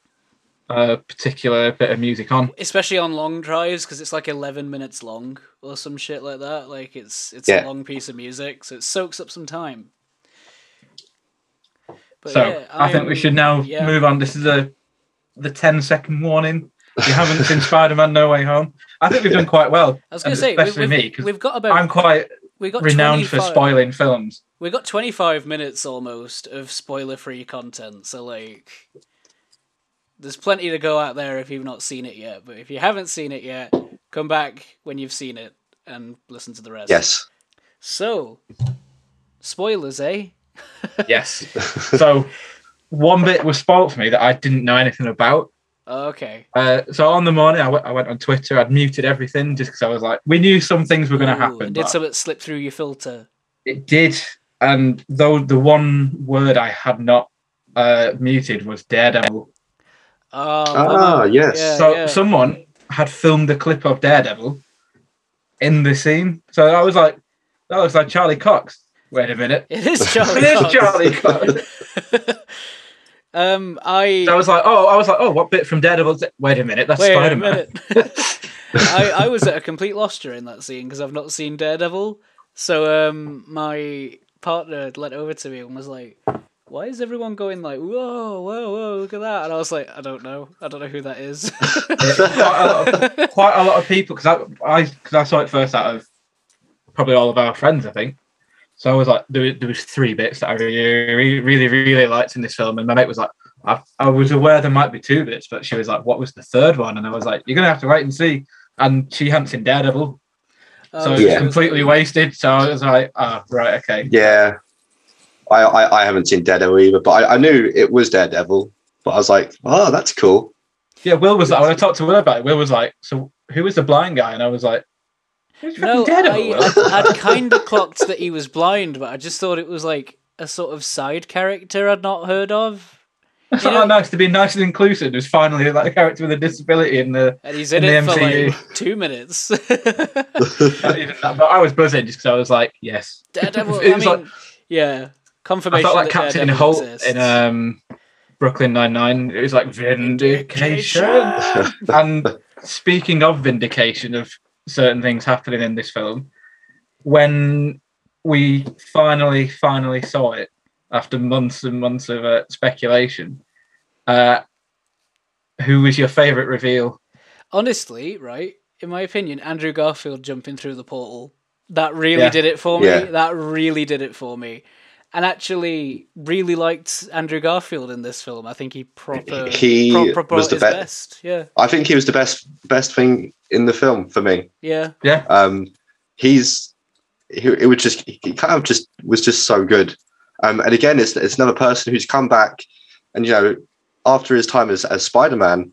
Speaker 1: uh, particular bit of music on.
Speaker 2: especially on long drives because it's like 11 minutes long or some shit like that like it's it's a
Speaker 3: Yeah.
Speaker 2: long piece of music so it soaks up some time but
Speaker 1: so
Speaker 2: yeah,
Speaker 1: I, think we
Speaker 2: am-
Speaker 1: should now
Speaker 2: yeah.
Speaker 1: move on. This is a the 10-second warning. If you haven't seen Spider-Man: No Way Home, I think we've done quite well.
Speaker 2: i was gonna
Speaker 1: and
Speaker 2: say we,
Speaker 1: especially
Speaker 2: we've,
Speaker 1: me, 'cause
Speaker 2: we've got about
Speaker 1: I'm quite
Speaker 2: we got
Speaker 1: renowned
Speaker 2: 25,
Speaker 1: for spoiling films.
Speaker 2: we got 25 minutes almost of spoiler free content so like there's plenty to go out there if you've not seen it yet but if you haven't seen it yet come back when you've seen it and listen to the rest
Speaker 3: Yes.
Speaker 2: so spoilers eh
Speaker 1: yes. So one bit was spoiled for me that I didn't know anything about.
Speaker 2: Okay.
Speaker 1: Uh, so on the morning, I went- I went on Twitter. I'd muted everything just because I was like, we knew some things were going to
Speaker 2: Ooh,
Speaker 1: happen.
Speaker 2: Did
Speaker 1: but
Speaker 2: something slip through your filter?
Speaker 1: It did, and though the one word I had not uh, muted was Daredevil.
Speaker 2: Oh,
Speaker 3: Ah,
Speaker 2: bummer.
Speaker 3: yes.
Speaker 2: Yeah,
Speaker 1: so
Speaker 2: yeah.
Speaker 1: someone had filmed a clip of Daredevil in the scene. So I was like, that looks like Charlie Cox. Wait a minute,
Speaker 2: it is Charlie.
Speaker 1: it is
Speaker 2: Cox.
Speaker 1: Charlie Cox.
Speaker 2: um,
Speaker 1: So I
Speaker 2: I
Speaker 1: was like, oh, I was like, oh, what bit from Daredevil? Wait a minute, that's
Speaker 2: wait
Speaker 1: Spider
Speaker 2: a
Speaker 1: Man.
Speaker 2: minute. I, I was at a complete loss during that scene because I've not seen Daredevil, So um, my partner led over to me and was like, "Why is everyone going like whoa, whoa, whoa? Look at that!" And I was like, "I don't know. I don't know who that is."
Speaker 1: quite, a lot of, quite a lot of people because I I, cause I saw it first out of probably all of our friends, I think. So I was like, there, was- there was three bits that I really, really, really liked in this film, and my mate was like, I, I was aware there might be two bits, but she was like, what was the third one? And I was like, you're gonna have to wait and see. And she hadn't seen Daredevil, so
Speaker 2: Um,
Speaker 1: it was
Speaker 3: Yeah.
Speaker 1: completely wasted. So I was like, ah, right, okay.
Speaker 3: Yeah, I, I I haven't seen Daredevil either, but I, I knew it was Daredevil. But I was like, oh, that's cool.
Speaker 1: Yeah, Will was like, when I talked to Will about it, Will was like, so who was the blind guy? And I was like, who's fucking
Speaker 2: No,
Speaker 1: Daredevil?
Speaker 2: I,
Speaker 1: Will?
Speaker 2: I, I'd kind of clocked that he was blind, but I just thought it was like a sort of side character I'd not heard of. You
Speaker 1: oh,
Speaker 2: know,
Speaker 1: nice to be nice and inclusive. It was finally like a character with a disability in the
Speaker 2: And he's in,
Speaker 1: in
Speaker 2: it
Speaker 1: the
Speaker 2: for
Speaker 1: MCU.
Speaker 2: like two minutes.
Speaker 1: not even that, but I was buzzing just because I was like, yes.
Speaker 2: Daredevil,
Speaker 1: It
Speaker 2: I mean,
Speaker 1: was like-
Speaker 2: yeah,
Speaker 1: I
Speaker 2: confirmation
Speaker 1: felt like
Speaker 2: that
Speaker 1: Captain
Speaker 2: Daredevil
Speaker 1: Holt
Speaker 2: exists.
Speaker 1: in um, Brooklyn Nine Nine. It was like vindication. and speaking of vindication of certain things happening in this film, when we finally, finally saw it after months and months of uh, speculation, uh, who was your favourite reveal?
Speaker 2: Honestly, right, in my opinion, Andrew Garfield jumping through the portal that really
Speaker 1: Yeah.
Speaker 2: did it for me.
Speaker 3: Yeah.
Speaker 2: That really did it for me. And actually, really liked Andrew Garfield in this film. I think he proper
Speaker 3: He
Speaker 2: pro- proper
Speaker 3: was the
Speaker 2: his
Speaker 3: be-
Speaker 2: best. Yeah,
Speaker 3: I think he was the best best thing in the film for me.
Speaker 2: yeah.
Speaker 3: Um, he's he, it was just he kind of just was just so good. Um, and again, it's it's another person who's come back, and you know, after his time as as Spider Man,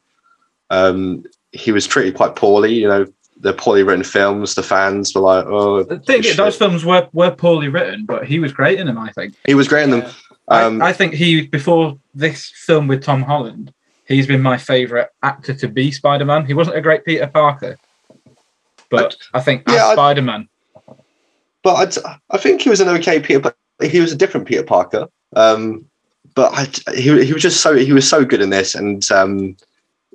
Speaker 3: um, he was treated quite poorly. You know, the poorly written films, the fans were like, oh,
Speaker 1: I think
Speaker 3: shit.
Speaker 1: those films were, were poorly written, but he was great in them, I think.
Speaker 3: he was great in them.
Speaker 2: Yeah.
Speaker 3: Um,
Speaker 1: I, I think he before this film with Tom Holland, he's been my favorite actor to be Spider Man. He wasn't a great Peter Parker, but I think
Speaker 3: yeah,
Speaker 1: as
Speaker 3: I-
Speaker 1: Spider Man,
Speaker 3: but I'd, s- I think he was an okay Peter. But he was a different Peter Parker. Um, but I, he he was just so he was so good in this, and um,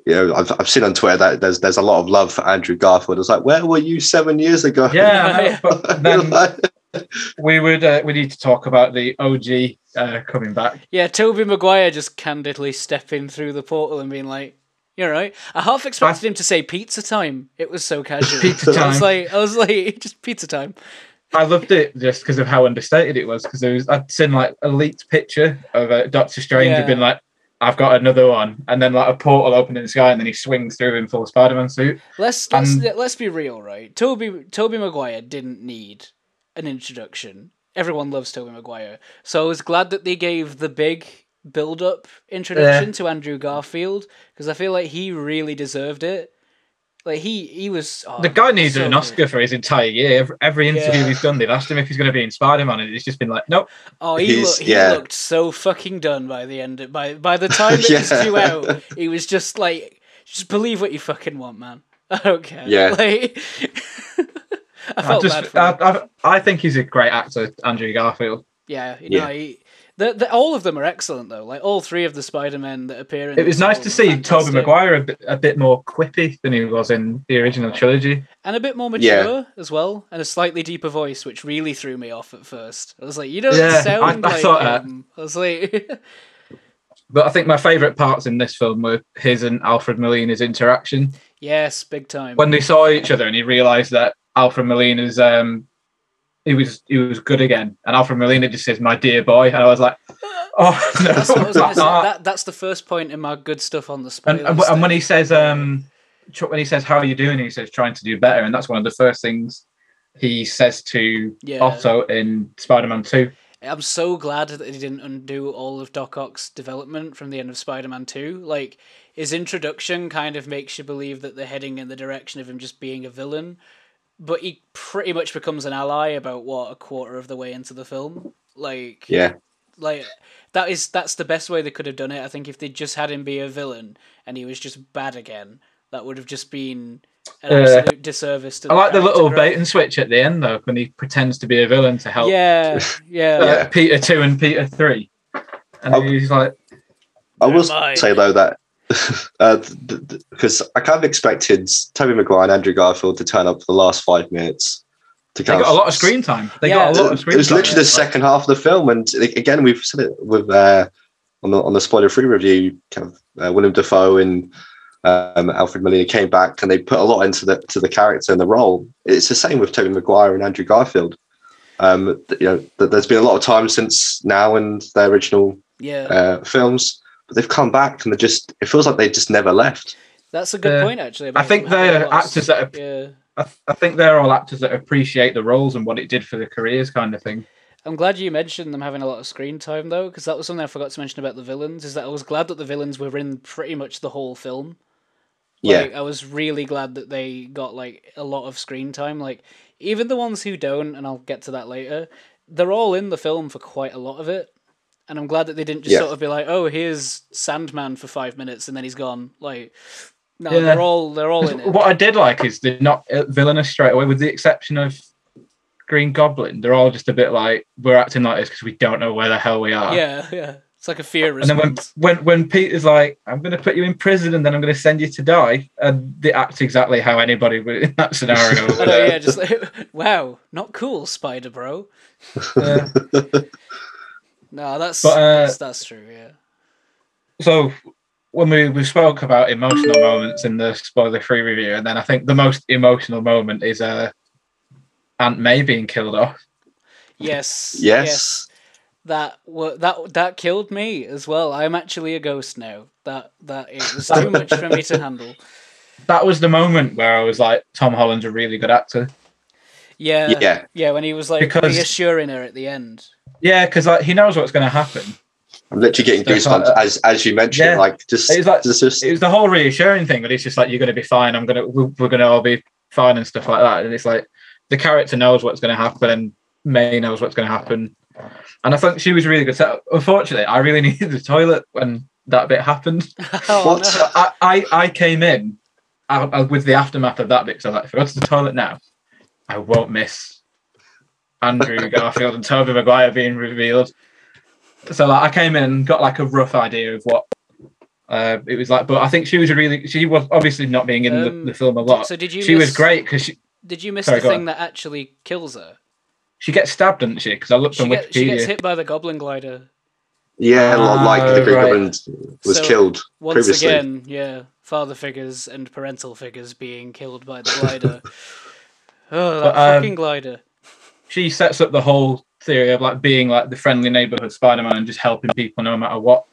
Speaker 3: you know, I've, I've seen on Twitter that there's there's a lot of love for Andrew Garfield. It's like, where were you seven years ago?
Speaker 1: yeah. I know, But then
Speaker 3: Like,
Speaker 1: we would uh, we need to talk about the OG uh, coming back.
Speaker 2: Yeah, Toby Maguire just candidly stepping through the portal and being like, "You're right." I half expected him to say pizza time. It was so casual.
Speaker 1: Pizza
Speaker 2: I was
Speaker 1: time.
Speaker 2: like, I was like, just pizza time.
Speaker 1: I loved it just because of how understated it was. Because there was I'd seen like a leaked picture of uh, Doctor Strange
Speaker 2: Yeah.
Speaker 1: had been like. I've got another one, and then like a portal opened in the sky, and then he swings through in full Spider-Man suit.
Speaker 2: Let's let's
Speaker 1: Um,
Speaker 2: let's be real, right? Toby Toby Maguire didn't need an introduction. Everyone loves Toby Maguire, so I was glad that they gave the big build-up introduction to Andrew Garfield because I feel like he really deserved it. Like he he was oh,
Speaker 1: The guy needs
Speaker 2: so
Speaker 1: an
Speaker 2: good.
Speaker 1: Oscar for his entire year. Every, every interview
Speaker 2: Yeah.
Speaker 1: he's done, they've asked him if he's going to be in Spider Man, and he's just been like, nope.
Speaker 2: Oh, he,
Speaker 3: He's-
Speaker 2: look, he
Speaker 3: yeah.
Speaker 2: looked so fucking done by the end. By by the time it was
Speaker 3: Yeah.
Speaker 2: due out, he was just like, just believe what you fucking want, man. I don't care.
Speaker 3: Yeah.
Speaker 2: Like, I
Speaker 1: I
Speaker 2: felt bad
Speaker 1: just,
Speaker 2: for him.
Speaker 1: I, I, I think he's a great actor, Andrew Garfield.
Speaker 2: Yeah, you know,
Speaker 3: Yeah.
Speaker 2: He, the, the, all of them are excellent though. Like all three of the Spider Men that appear in
Speaker 1: It was
Speaker 2: this
Speaker 1: nice
Speaker 2: film
Speaker 1: to
Speaker 2: are
Speaker 1: see Tobey
Speaker 2: fantastic.
Speaker 1: Maguire a bit, a bit more quippy than he was in the original trilogy.
Speaker 2: and a bit more
Speaker 3: Yeah.
Speaker 2: mature as well, and a slightly deeper voice, which really threw me off at first. I was like, you don't
Speaker 1: Yeah, I-
Speaker 2: sound
Speaker 1: I
Speaker 2: like
Speaker 1: thought that.
Speaker 2: him. I was like,
Speaker 1: But I think my favourite parts in this film were his and Alfred Molina's interaction.
Speaker 2: yes, big time.
Speaker 1: When they saw each other and he realised that Alfred Molina's, um, he was he was good again. And Alfred Molina just says, my dear boy. And I was like, oh, no.
Speaker 2: that's, what I was gonna say.
Speaker 1: Ah.
Speaker 2: That, that's the first point in my good stuff on the
Speaker 1: and,
Speaker 2: spoilers.
Speaker 1: and, and when
Speaker 2: thing.
Speaker 1: he says um tr- when he says how are you doing he says trying to do better and that's one of the first things he says to
Speaker 2: Yeah.
Speaker 1: otto in spider-man 2
Speaker 2: I'm so glad that he didn't undo all of Doc Ock's development from the end of Spider Man 2. Like, his introduction kind of makes you believe that they're heading in the direction of him just being a villain, but he pretty much becomes an ally about, what, a quarter of the way into the film? Like,
Speaker 3: yeah,
Speaker 2: like that is that's the best way they could have done it. I think if they just had him be a villain and he was just bad again, that would have just been an
Speaker 1: Yeah.
Speaker 2: absolute disservice to
Speaker 1: i like the
Speaker 2: character
Speaker 1: little
Speaker 2: growth.
Speaker 1: bait and switch at the end though when he pretends to be a villain to help
Speaker 2: Yeah, yeah.
Speaker 1: uh,
Speaker 3: Yeah.
Speaker 1: peter 2 and peter 3 and
Speaker 3: Oh.
Speaker 1: he's like
Speaker 3: I will
Speaker 2: Never mind.
Speaker 3: say though that uh, because I kind of expected Toby Maguire and Andrew Garfield to turn up for the last five minutes to
Speaker 1: They
Speaker 3: kind
Speaker 1: got a
Speaker 3: of-
Speaker 1: lot of screen time. They
Speaker 2: Yeah.
Speaker 1: got a lot of screen.
Speaker 3: It was
Speaker 1: time.
Speaker 3: literally the
Speaker 1: Like,
Speaker 3: second half of the film, and again, we've said it with uh, on the on the spoiler free review. Kind of uh, William Defoe and um, Alfred Molina came back, and they put a lot into the to the character and the role. It's the same with Tobey Maguire and Andrew Garfield. Um, th- you know, th- there's been a lot of time since now and their original
Speaker 2: Yeah,
Speaker 3: uh, films, but they've come back, and they just it feels like they just never left.
Speaker 2: that's a good
Speaker 1: uh,
Speaker 2: point actually.
Speaker 1: I
Speaker 2: about
Speaker 1: think
Speaker 2: how
Speaker 1: they're
Speaker 2: it was.
Speaker 1: actors that are,
Speaker 2: Yeah,
Speaker 1: I, th- I think they're all actors that appreciate the roles and what it did for their careers, kind of thing.
Speaker 2: I'm glad you mentioned them having a lot of screen time though, because that was something I forgot to mention about the villains. Is that I was glad that the villains were in pretty much the whole film.
Speaker 3: Yeah,
Speaker 2: Like, I was really glad that they got like a lot of screen time. Like even the ones who don't, and I'll get to that later, they're all in the film for quite a lot of it. And I'm glad that they didn't just
Speaker 3: Yeah.
Speaker 2: sort of be like, "Oh, here's Sandman for five minutes, and then he's gone." Like, no,
Speaker 1: Yeah.
Speaker 2: they're all they're all in it.
Speaker 1: What I did like is they're not uh, villainous straight away, with the exception of Green Goblin. They're all just a bit like we're acting like this because we don't know where the hell we are.
Speaker 2: Yeah, yeah. It's like a fear
Speaker 1: And then
Speaker 2: response.
Speaker 1: when, when when Peter's like, "I'm going to put you in prison and then I'm going to send you to die," and they act exactly how anybody would in that scenario.
Speaker 2: I
Speaker 1: would.
Speaker 2: know, Oh, yeah, just like, wow, not cool, Spider Bro.
Speaker 1: Uh,
Speaker 2: No, that's,
Speaker 1: But, uh,
Speaker 2: that's that's true. Yeah,
Speaker 1: so when we we spoke about emotional moments in the spoiler free review, and then I think the most emotional moment is uh, Aunt May being killed off.
Speaker 2: yes,
Speaker 3: yes.
Speaker 2: That wa- that that killed me as well. I'm actually a ghost now. That that it was too much for me to handle.
Speaker 1: That was the moment where I was like, "Tom Holland's a really good actor."
Speaker 2: Yeah,
Speaker 3: Yeah.
Speaker 2: When he was like
Speaker 1: Because-
Speaker 2: reassuring her at the end.
Speaker 1: Yeah, because like he knows what's going to happen.
Speaker 3: I'm literally getting
Speaker 1: That's like
Speaker 3: goosebumps
Speaker 1: that.
Speaker 3: as as you mentioned.
Speaker 1: Yeah.
Speaker 3: Like just,
Speaker 1: It's like-
Speaker 3: just, just
Speaker 1: It was the whole reassuring thing, but it's just like you're going to be fine. I'm going to we're, we're going to all be fine and stuff like that. And it's like the character knows what's going to happen, and May knows what's going to happen. And I think she was really good. So unfortunately, I really needed the toilet when that bit happened.
Speaker 2: Oh,
Speaker 3: What?
Speaker 2: no.
Speaker 1: So I, I I came in I, I- with the aftermath of that bit. So like, if I go to the toilet now, I won't miss Andrew Garfield and Toby Maguire being revealed. So like, I came in and got like a rough idea of what uh, it was like. But I think she was really she was obviously not being in
Speaker 2: Um,
Speaker 1: the, the film a lot.
Speaker 2: So did you?
Speaker 1: she
Speaker 2: miss,
Speaker 1: was great because she,
Speaker 2: Did you miss
Speaker 1: Sorry,
Speaker 2: the
Speaker 1: go
Speaker 2: thing
Speaker 1: on.
Speaker 2: that actually kills her?
Speaker 1: she gets stabbed, doesn't she? Because I looked
Speaker 2: She,
Speaker 1: on
Speaker 2: get,
Speaker 1: Wikipedia.
Speaker 2: she gets hit by the goblin glider
Speaker 3: Yeah, a lot like the
Speaker 1: Ah,
Speaker 3: Green
Speaker 1: right.
Speaker 3: Goblin was
Speaker 2: So-
Speaker 3: killed.
Speaker 2: once
Speaker 3: Previously.
Speaker 2: again. Yeah, father figures and parental figures being killed by the glider. oh, that
Speaker 1: But, um,
Speaker 2: fucking glider.
Speaker 1: she sets up the whole theory of like being like the friendly neighborhood Spider-Man and just helping people no matter what.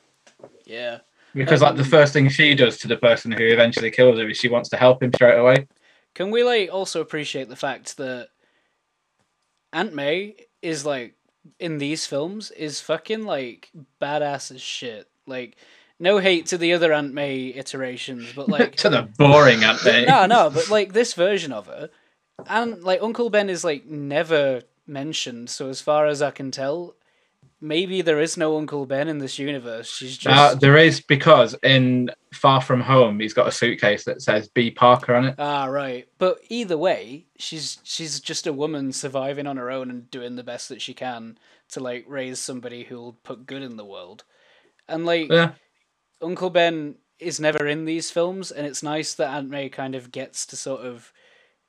Speaker 2: Yeah.
Speaker 1: Because like the
Speaker 2: Um,
Speaker 1: first thing she does to the person who eventually kills her is she wants to help him straight away.
Speaker 2: Can we like also appreciate the fact that Aunt May is like in these films is fucking like badass as shit. Like no hate to the other Aunt May iterations, but like
Speaker 1: to the boring Aunt May.
Speaker 2: no, no, but like this version of her, and like Uncle Ben is like never mentioned. So as far as I can tell, maybe there is no Uncle Ben in this universe. She's
Speaker 1: Uh,
Speaker 2: just
Speaker 1: there is because in Far From Home he's got a suitcase that says B Parker on it.
Speaker 2: ah right. But either way, she's she's just a woman surviving on her own and doing the best that she can to like raise somebody who'll put good in the world. And like
Speaker 1: Yeah.
Speaker 2: Uncle Ben is never in these films, and it's nice that Aunt May kind of gets to sort of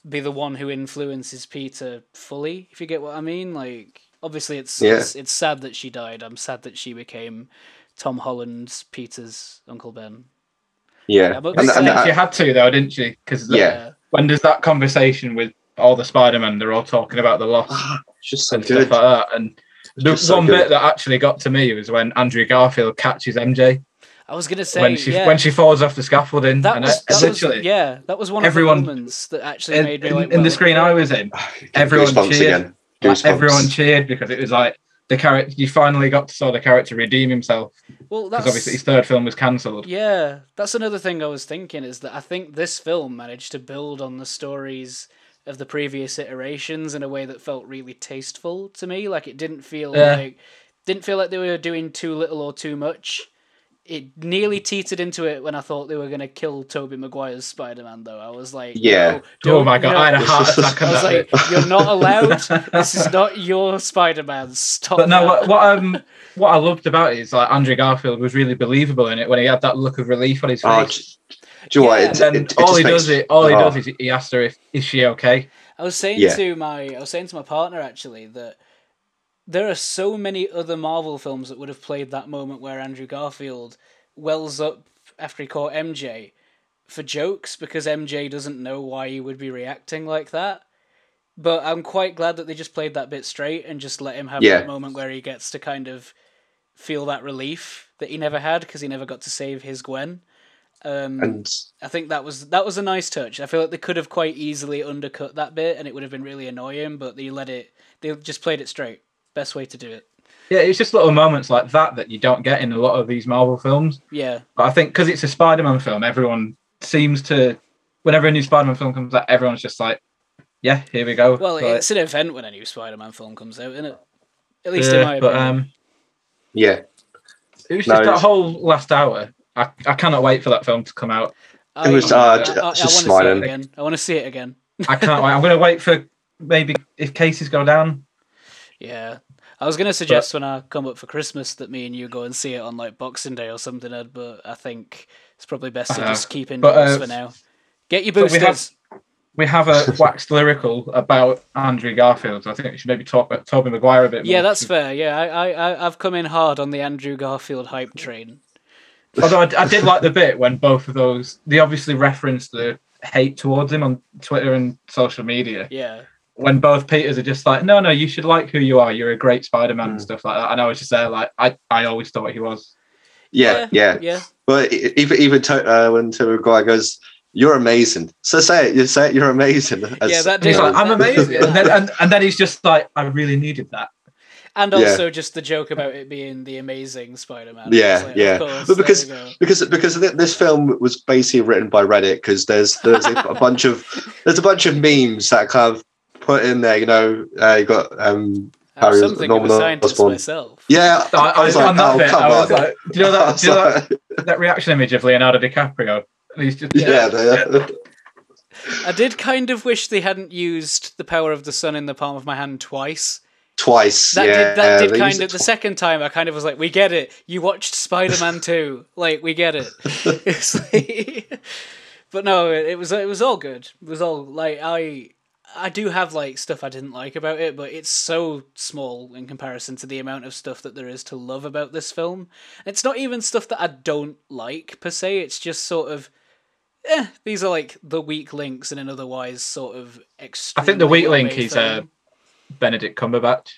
Speaker 2: be the one who influences Peter fully, if you get what I mean. Like, obviously, it's
Speaker 3: Yeah.
Speaker 2: it's, it's sad that she died. I'm sad that she became Tom Holland's Peter's Uncle Ben.
Speaker 3: Yeah,
Speaker 2: but
Speaker 3: and,
Speaker 2: makes
Speaker 3: and
Speaker 2: sense,
Speaker 1: she
Speaker 3: I,
Speaker 1: had to though, didn't she? Because
Speaker 3: Yeah.
Speaker 2: uh,
Speaker 1: when there's that conversation with all the Spider-Man, they're all talking about the loss
Speaker 3: Ah, it's just so
Speaker 1: and stuff like
Speaker 3: good.
Speaker 1: that. And the one
Speaker 3: Just so good.
Speaker 1: bit that actually got to me was when Andrew Garfield catches MJ
Speaker 2: I was gonna say
Speaker 1: when she
Speaker 2: yeah,
Speaker 1: when she falls off the scaffolding.
Speaker 2: that
Speaker 1: and
Speaker 2: was,
Speaker 1: I,
Speaker 2: that
Speaker 1: literally,
Speaker 2: was yeah that was one
Speaker 1: everyone-
Speaker 2: of the moments that actually
Speaker 1: in,
Speaker 2: made me
Speaker 1: in-
Speaker 2: like
Speaker 1: in the
Speaker 2: well,
Speaker 1: screen I was in, everyone
Speaker 3: goosebumps
Speaker 1: cheered.
Speaker 3: again.
Speaker 1: Like,
Speaker 3: Goosebumps.
Speaker 1: everyone cheered because it was like the character you finally got to saw the character redeem himself
Speaker 2: Well,
Speaker 1: because
Speaker 2: that's
Speaker 1: obviously his third film was cancelled
Speaker 2: Yeah, that's another thing I was thinking is that I think this film managed to build on the stories of the previous iterations in a way that felt really tasteful to me. Like it didn't feel
Speaker 1: Yeah.
Speaker 2: like didn't feel like they were doing too little or too much. It nearly teetered into it when I thought they were gonna kill Toby Maguire's Spider Man though. I was like,
Speaker 3: Yeah.
Speaker 2: no, don't-
Speaker 1: oh my god
Speaker 2: no.
Speaker 1: I had a heart attack
Speaker 2: I
Speaker 1: on
Speaker 2: was
Speaker 1: that
Speaker 2: like,
Speaker 1: bit.
Speaker 2: you're not allowed. This is not your Spider Man. Stop.
Speaker 1: but no
Speaker 2: that."
Speaker 1: what, what um what I loved about it is like Andrew Garfield was really believable in it when he had that look of relief on his face
Speaker 3: Oh, do you know what?
Speaker 2: Yeah.
Speaker 3: It,
Speaker 1: and then
Speaker 3: it, it
Speaker 1: all
Speaker 3: just
Speaker 1: he
Speaker 3: makes-
Speaker 1: does it all he
Speaker 3: oh,
Speaker 1: does is he asks her if is she okay
Speaker 2: I was saying
Speaker 3: Yeah.
Speaker 2: to my I was saying to my partner actually that there are so many other Marvel films that would have played that moment where Andrew Garfield wells up after he caught MJ for jokes because MJ doesn't know why he would be reacting like that. But I'm quite glad that they just played that bit straight and just let him have
Speaker 3: Yeah.
Speaker 2: that moment where he gets to kind of feel that relief that he never had because he never got to save his Gwen. Um,
Speaker 3: And
Speaker 2: I think that was that was a nice touch. I feel like they could have quite easily undercut that bit, and it would have been really annoying. But they let it. They just played it straight. Best way to do it.
Speaker 1: Yeah, it's just little moments like that that you don't get in a lot of these Marvel films.
Speaker 2: Yeah,
Speaker 1: But I think because it's a Spider-Man film, everyone seems to, whenever a new Spider-Man film comes out, everyone's just like, "Yeah, here we go."
Speaker 2: well,
Speaker 1: Like,
Speaker 2: it's an event when a new Spider-Man film comes out, isn't it? At least in
Speaker 1: yeah,
Speaker 2: my
Speaker 1: but
Speaker 2: opinion.
Speaker 1: um,
Speaker 3: yeah,
Speaker 1: it was
Speaker 3: No,
Speaker 1: just that
Speaker 3: it's-
Speaker 1: whole last hour. I, I cannot wait for that film to come out.
Speaker 2: I,
Speaker 3: it was, uh,
Speaker 2: I- I-
Speaker 3: j-
Speaker 2: I
Speaker 3: just
Speaker 2: wanna see it
Speaker 3: smiling.
Speaker 2: again. I want to see it again.
Speaker 1: I can't wait. I'm going to wait for maybe if cases go down.
Speaker 2: Yeah, I was gonna suggest when I come up for Christmas that me and you go and see it on like Boxing Day or something, Ed. But I think it's probably best to
Speaker 1: Uh-huh.
Speaker 2: just keep indoors
Speaker 1: But, uh,
Speaker 2: for now. Get your
Speaker 1: but we
Speaker 2: boosters.
Speaker 1: have- We have a waxed lyrical about Andrew Garfield. So I think we should maybe talk about Tobey Maguire a bit.
Speaker 2: Yeah,
Speaker 1: more.
Speaker 2: that's fair. Yeah, I, I, I- I've come in hard on the Andrew Garfield hype train.
Speaker 1: Although I, I did like the bit when both of those they obviously referenced the hate towards him on Twitter and social media.
Speaker 2: Yeah,
Speaker 1: When both Peters are just like, "No, no, you should like who you are. You're a great Spider-Man"
Speaker 3: Mm.
Speaker 1: and stuff like that. And I was just there like, I, I always thought he was.
Speaker 3: yeah, yeah.
Speaker 2: yeah.
Speaker 3: But e- even even to, uh, when Tobey Maguire goes, "You're amazing," so say it. You say it. You're amazing. As-
Speaker 2: Yeah, that
Speaker 1: And he's
Speaker 2: did-
Speaker 1: like, "I'm
Speaker 2: that did-
Speaker 1: amazing," and then and, and then he's just like, "I really needed that."
Speaker 2: And
Speaker 3: Yeah.
Speaker 2: also just the joke about it being the amazing Spider-Man.
Speaker 3: Yeah,
Speaker 2: It's like, of
Speaker 3: yeah.
Speaker 2: course,
Speaker 3: But
Speaker 2: there
Speaker 3: because-
Speaker 2: we go.
Speaker 3: because because th- this film was basically written by Reddit because there's there's a, a bunch of there's a bunch of memes that kind of put in there. You know, uh, you got um
Speaker 2: I'm
Speaker 3: Harry
Speaker 2: something of a
Speaker 3: Norman
Speaker 2: scientist
Speaker 3: Osborn.
Speaker 2: myself.
Speaker 3: yeah.
Speaker 1: I, I was on that
Speaker 3: "Oh,
Speaker 1: bit. I was like, "Do you know
Speaker 3: I
Speaker 1: that?
Speaker 3: was
Speaker 1: Do you know that,
Speaker 3: like,
Speaker 1: that reaction image of Leonardo DiCaprio?" And he's just
Speaker 3: yeah, they-
Speaker 2: I did kind of wish they hadn't used the power of the sun in the palm of my hand twice.
Speaker 3: twice.
Speaker 2: That
Speaker 3: yeah,
Speaker 2: did that
Speaker 3: they
Speaker 2: did kind
Speaker 3: used
Speaker 2: of the
Speaker 3: it
Speaker 2: second time I kind of was like, We get it. You watched Spider-Man 2. Like, we get it. It's like But no, it, it was it was all good. It was all like I I do have like stuff I didn't like about it, but it's so small in comparison to the amount of stuff that there is to love about this film. It's not even stuff that I don't like per se. It's just sort of eh, these are like the weak links in an otherwise sort of
Speaker 1: I
Speaker 2: extremely
Speaker 1: think the weak link
Speaker 2: well-made
Speaker 1: is
Speaker 2: film.
Speaker 1: uh, Benedict Cumberbatch.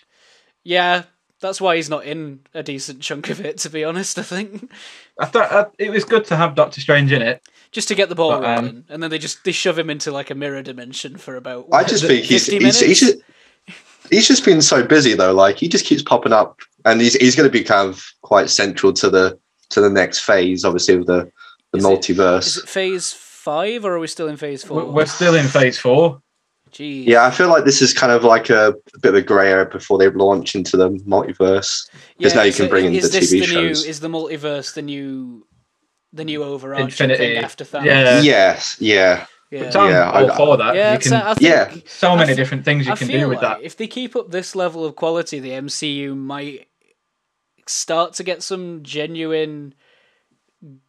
Speaker 2: Yeah, that's why he's not in a decent chunk of it, to be honest, I think.
Speaker 1: I thought uh, it was good to have Doctor Strange in it.
Speaker 2: Just to get the ball
Speaker 1: But, um,
Speaker 2: rolling. And then they just they shove him into like a mirror dimension for about
Speaker 3: I just
Speaker 2: what,
Speaker 3: think he's
Speaker 2: 50
Speaker 3: he's, he's
Speaker 2: minutes?
Speaker 3: just, he's just been so busy though. Like he just keeps popping up, and he's he's going to be kind of quite central to the to the next phase, obviously of the the
Speaker 2: Is it-
Speaker 3: multiverse.
Speaker 2: Is it phase five or are we still in phase four?
Speaker 1: We're we're still in phase four.
Speaker 2: Jeez.
Speaker 3: Yeah, I feel like this is kind of like a, a bit of a grey area before they launch into the multiverse.
Speaker 2: Yeah,
Speaker 3: now you
Speaker 2: so
Speaker 3: can bring in
Speaker 2: is
Speaker 3: the
Speaker 2: this
Speaker 3: TV
Speaker 2: the
Speaker 3: shows.
Speaker 2: New, is the multiverse the new the new overarching
Speaker 1: Infinity.
Speaker 2: thing after Thanos?
Speaker 1: Yeah.
Speaker 3: Yes, yeah,
Speaker 2: yeah.
Speaker 1: So I'm
Speaker 3: Yeah,
Speaker 1: all
Speaker 3: I-
Speaker 1: for that.
Speaker 2: Yeah,
Speaker 1: you can,
Speaker 2: so I think
Speaker 3: yeah.
Speaker 1: so many
Speaker 2: I f-
Speaker 1: different things you
Speaker 2: I
Speaker 1: can
Speaker 2: feel
Speaker 1: do with
Speaker 2: like If they keep up this level of quality, the MCU might start to get some genuine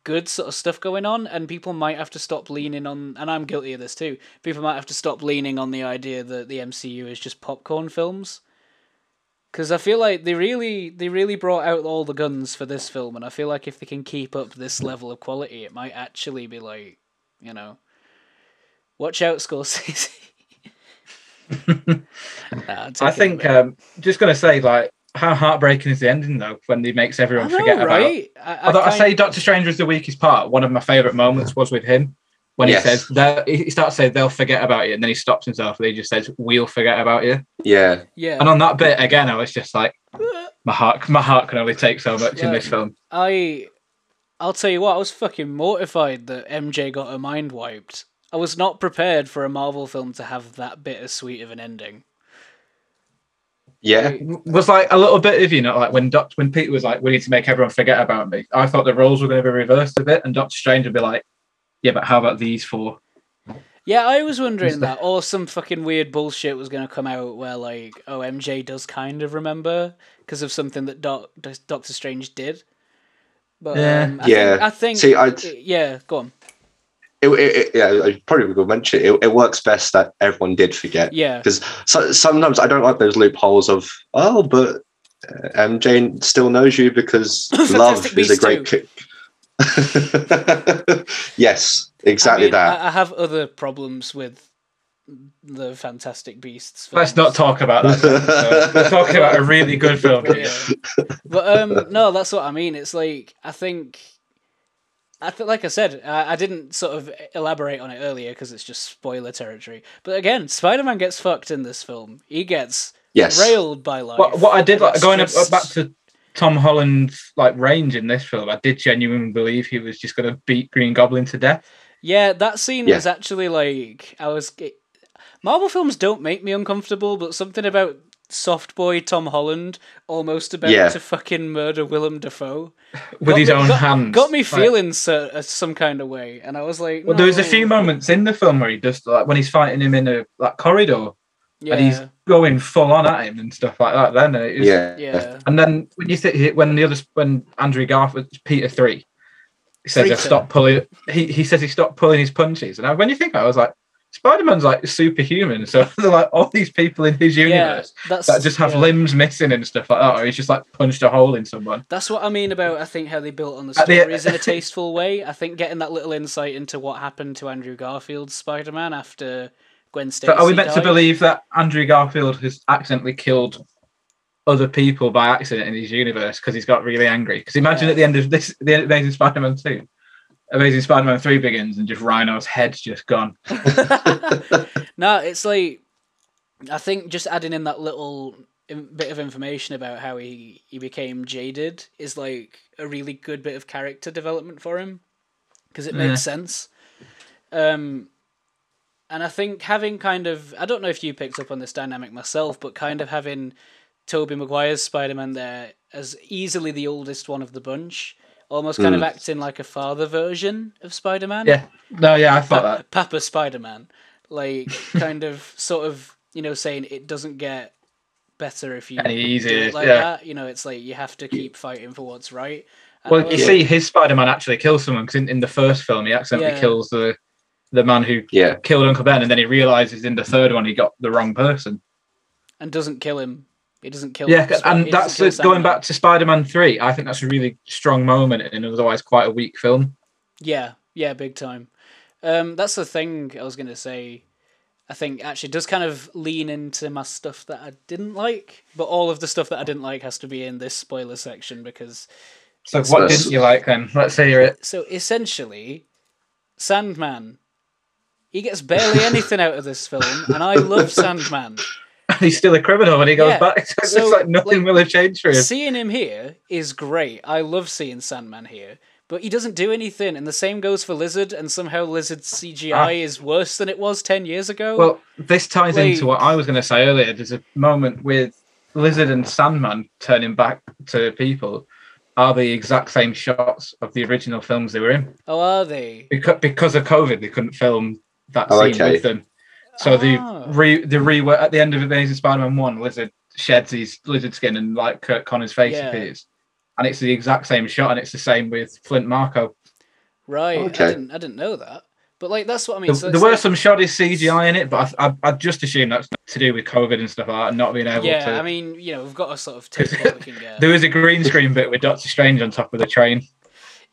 Speaker 2: good sort of stuff going on and people might have to stop leaning on and I'm guilty of this too. People might have to stop leaning on the idea that the MCU is just popcorn films. Cuz I feel like they really they really brought out all the guns for this film and I feel like if they can keep up this level of quality, it might actually be like, you know, watch out Scorsese. Nah, I'm
Speaker 1: that. I
Speaker 2: taking it
Speaker 1: think
Speaker 2: back.
Speaker 1: um, just gonna say like how heartbreaking is the ending though when he makes
Speaker 2: I
Speaker 1: everyone
Speaker 2: know,
Speaker 1: forget about.
Speaker 2: right? I, I
Speaker 1: Although I,
Speaker 2: kind-
Speaker 1: say Doctor Strange was the weakest part. One of my favorite moments was with him when
Speaker 3: Yes.
Speaker 1: he says they'll- he starts saying they'll forget about you, and then he stops himself and he just says we'll forget about you.
Speaker 3: yeah.
Speaker 2: yeah.
Speaker 1: And on that bit again, I was just like my heart my heart can only take so much in
Speaker 2: Yeah.
Speaker 1: this film.
Speaker 2: I I'll tell you what, I was fucking mortified that MJ got her mind wiped. I was not prepared for a Marvel film to have that bittersweet of an ending.
Speaker 3: Yeah,
Speaker 1: was like a little bit of you know like when Doctor when Peter was like we need to make everyone forget about me. I thought the roles were going to be reversed a bit, and Doctor Strange would be like, yeah, but how about these four?
Speaker 2: Yeah, I was wondering
Speaker 1: Is
Speaker 2: that,
Speaker 1: that-
Speaker 2: or some fucking weird bullshit was gonna come out where like, oh, MJ does kind of remember because of something that Doc, Doctor Strange did. But
Speaker 1: Yeah.
Speaker 2: um, I
Speaker 3: Yeah.
Speaker 2: think, I think
Speaker 3: See, I'd-
Speaker 2: yeah, go on.
Speaker 3: it, it, it- yeah, I probably would mention it. it. It works best that everyone did forget.
Speaker 2: Yeah,
Speaker 3: because so, sometimes I don't like those loopholes of oh, but uh, MJ still knows you because love
Speaker 2: Fantastic
Speaker 3: is a
Speaker 2: Beasts
Speaker 3: great kick. yes, exactly
Speaker 2: I mean, uh,
Speaker 3: that.
Speaker 2: I, I have other problems with the Fantastic Beasts.
Speaker 1: Let's
Speaker 2: films.
Speaker 1: not talk about that. So, we're talking about a really good film.
Speaker 2: Yeah. but um, no, that's what I mean. It's like I think, I think, like I said, I, I didn't sort of elaborate on it earlier because it's just spoiler territory. But again, Spider Man gets fucked in this film. He gets
Speaker 3: yes,
Speaker 2: railed by life.
Speaker 1: What, what I did,
Speaker 2: and
Speaker 1: like
Speaker 2: it's
Speaker 1: going up,
Speaker 2: just-
Speaker 1: back to Tom Holland's like range in this film, I did genuinely believe he was just going to beat Green Goblin to death.
Speaker 2: Yeah, that scene
Speaker 3: Yeah.
Speaker 2: was actually like I was. it- Marvel films don't make me uncomfortable, but something about soft boy Tom Holland almost about
Speaker 3: Yeah.
Speaker 2: to fucking murder Willem Dafoe
Speaker 1: with
Speaker 2: got
Speaker 1: his
Speaker 2: me-
Speaker 1: own
Speaker 2: got,
Speaker 1: hands.
Speaker 2: Got me
Speaker 1: Like,
Speaker 2: feeling so, uh, some kind of way, and I was like,
Speaker 1: well, there's a
Speaker 2: "No."
Speaker 1: few moments in the film where he does like when he's fighting him in a that corridor
Speaker 2: Yeah,
Speaker 1: and he's going full on at him and stuff like that. Then and it was-
Speaker 3: yeah,
Speaker 2: yeah,
Speaker 1: And then when you think when the other when Andrew Garfield Peter three he says
Speaker 2: Peter.
Speaker 1: I stopped pulling he, he says he stopped pulling his punches and I, when you think about it, I was like Spider Man's like superhuman so they're like all these people in his
Speaker 2: yeah.
Speaker 1: universe
Speaker 2: That's
Speaker 1: that just have
Speaker 2: yeah.
Speaker 1: limbs missing and stuff like that or he's just like punched a hole in someone.
Speaker 2: That's what I mean about I think how they built on the
Speaker 1: At the-
Speaker 2: stories in a tasteful way. I think getting that little insight into what happened to Andrew Garfield's Spider Man after Gwen Stacy.
Speaker 1: So are we meant to
Speaker 2: died.
Speaker 1: believe that Andrew Garfield has accidentally killed other people by accident in his universe because he's got really angry? Because imagine
Speaker 2: Yeah.
Speaker 1: at the end of this, the Amazing Spider-Man two, Amazing Spider-Man three begins and just Rhino's head's just gone.
Speaker 2: no, it's like I think just adding in that little in- bit of information about how he he became jaded is like a really good bit of character development for him because it
Speaker 1: Yeah.
Speaker 2: makes sense. Um, and I think having kind of I don't know if you picked up on this dynamic myself, but kind of having Toby Maguire's Spider Man there as easily the oldest one of the bunch, almost kind of acting like a father version of Spider Man.
Speaker 1: Hmm. Yeah, no, yeah, I thought
Speaker 2: Pa-
Speaker 1: that.
Speaker 2: Papa Spider Man, like kind of sort of you know saying it doesn't get better if you
Speaker 1: Any
Speaker 2: do
Speaker 1: easier,
Speaker 2: it like
Speaker 1: yeah.
Speaker 2: that. You know, it's like you have to keep fighting for what's right. And I
Speaker 1: Well, you
Speaker 2: was-
Speaker 1: see, his Spider-Man actually kills someone because in, in the first film he accidentally
Speaker 2: Yeah.
Speaker 1: kills the the man who
Speaker 3: yeah.
Speaker 1: killed Uncle Ben, and then he realizes in the third one he got the wrong person.
Speaker 2: and doesn't kill him. It doesn't kill.
Speaker 1: Yeah,
Speaker 2: Sp-
Speaker 1: and
Speaker 2: it
Speaker 1: that's
Speaker 2: doesn't kill
Speaker 1: the- going
Speaker 2: Sandman.
Speaker 1: back to Spider-Man Three. I think that's a really strong moment in an otherwise quite a weak film.
Speaker 2: Yeah, yeah, big time. Um, that's the thing I was gonna say. I think actually does kind of lean into my stuff that I didn't like, but all of the stuff that I didn't like has to be in this spoiler section because
Speaker 1: So,
Speaker 3: So
Speaker 1: what
Speaker 3: that's-
Speaker 1: didn't you like then? Let's hear it.
Speaker 2: so essentially, Sandman. He gets barely anything out of this film, and I love Sandman.
Speaker 1: He's still a criminal when he goes
Speaker 2: Yeah,
Speaker 1: back. So it's
Speaker 2: so,
Speaker 1: like nothing
Speaker 2: like,
Speaker 1: will have changed for him.
Speaker 2: Seeing him here is great. I love seeing Sandman here, but he doesn't do anything, and the same goes for Lizard. And somehow Lizard's CGI
Speaker 1: Ah.
Speaker 2: is worse than it was ten years ago.
Speaker 1: Well, this ties into
Speaker 2: like-
Speaker 1: what I was going to say earlier. There's a moment with Lizard and Sandman turning back to people are the exact same shots of the original films they were in.
Speaker 2: oh, are they?
Speaker 1: because because of COVID, they couldn't film that
Speaker 3: Oh,
Speaker 1: scene
Speaker 3: okay.
Speaker 1: with them. So
Speaker 2: Ah.
Speaker 1: the re the re at the end of Amazing Spider-Man One, Lizard sheds his lizard skin and like Kurt Connor's face
Speaker 2: Yeah.
Speaker 1: appears, and it's the exact same shot, and it's the same with Flint Marco.
Speaker 2: Right. I
Speaker 3: Okay.
Speaker 2: didn't. I didn't know that. But like, that's what I mean.
Speaker 1: There,
Speaker 2: so
Speaker 1: there
Speaker 2: it's
Speaker 1: were
Speaker 2: like-
Speaker 1: some shoddy CGI in it, but I, I, I just assume that's to do with COVID and stuff like that, and not being able
Speaker 2: Yeah,
Speaker 1: to.
Speaker 2: I mean, uh, you know, we've got to sort of take what we can get.
Speaker 1: there was a green screen bit with Doctor Strange on top of the train.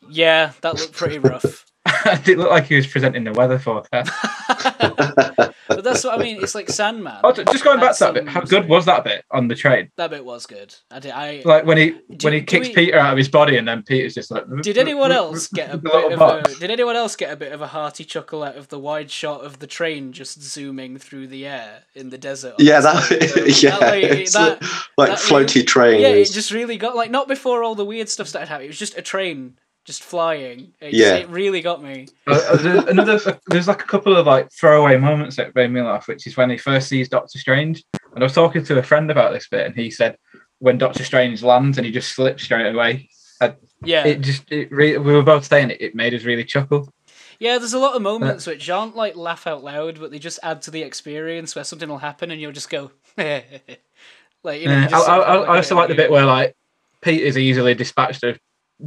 Speaker 2: Yeah, that looked pretty rough.
Speaker 1: it looked like he was presenting the weather forecast.
Speaker 2: But that's what I mean. It's like Sandman.
Speaker 1: Oh, just going back
Speaker 2: That's,
Speaker 1: to that bit,
Speaker 2: um,
Speaker 1: how
Speaker 2: sorry.
Speaker 1: good was that bit on the train?
Speaker 2: That bit was good. I did. I
Speaker 1: like when he when he
Speaker 2: do
Speaker 1: kicks
Speaker 2: we-
Speaker 1: Peter out of his body, and then Peter's just like.
Speaker 2: did. Anyone else get a
Speaker 1: little
Speaker 2: bit of a,
Speaker 1: box.
Speaker 2: Did anyone else get a bit of a hearty chuckle out of the wide shot of the train just zooming through the air in the desert? on
Speaker 3: Yeah,
Speaker 2: the side of the road?
Speaker 3: that, yeah,
Speaker 2: like,
Speaker 3: it's
Speaker 2: that-
Speaker 3: like
Speaker 2: that
Speaker 3: floaty
Speaker 2: really-
Speaker 3: trains.
Speaker 2: yeah, it just really got like not before all the weird stuff started happening. It was just a train just flying. It just-
Speaker 3: Yeah.
Speaker 2: it really got me.
Speaker 1: Uh, uh, there's another, there's like a couple of like throwaway moments that made me laugh, which is when he first sees Doctor Strange, and I was talking to a friend about this bit, and he said when Doctor Strange lands and he just slips straight away,
Speaker 2: Yeah,
Speaker 1: it just it re- we were both saying it, it made us really chuckle.
Speaker 2: yeah. There's a
Speaker 1: Uh,
Speaker 2: lot of moments which aren't like laugh out loud, but they just add to the experience where something will happen and you'll just go. like you know, you
Speaker 1: Yeah,
Speaker 2: just
Speaker 1: I,
Speaker 2: sort
Speaker 1: Uh, I, I,
Speaker 2: of look
Speaker 1: I
Speaker 2: at
Speaker 1: also
Speaker 2: it
Speaker 1: like the
Speaker 2: and you-
Speaker 1: bit where like Peter's easily dispatched of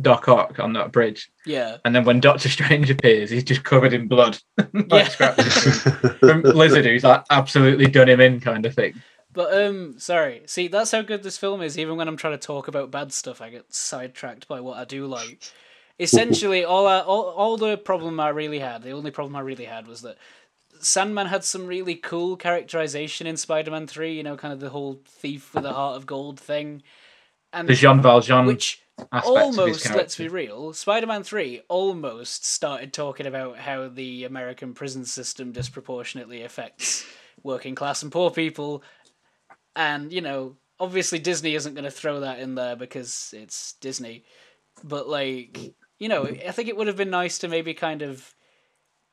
Speaker 1: Doc Ock on that bridge,
Speaker 2: Yeah.
Speaker 1: and then when Doctor Strange appears, he's just covered in blood,
Speaker 2: Yeah.
Speaker 1: like scraps from Lizard, who's like absolutely done him in, kind of thing.
Speaker 2: But um, sorry. See, that's how good this film is. Even when I'm trying to talk about bad stuff, I get sidetracked by what I do like. Essentially, all I, all all the problem I really had, the only problem I really had was that Sandman had some really cool characterization in Spider-Man Three. You know, kind of the whole thief with a heart of gold thing, and
Speaker 1: The Jean Valjean
Speaker 2: which
Speaker 1: aspect of his
Speaker 2: almost
Speaker 1: character.
Speaker 2: let's be real spider-man 3 almost started talking about how the american prison system disproportionately affects working class and poor people and you know obviously disney isn't going to throw that in there because it's disney but like you know i think it would have been nice to maybe kind of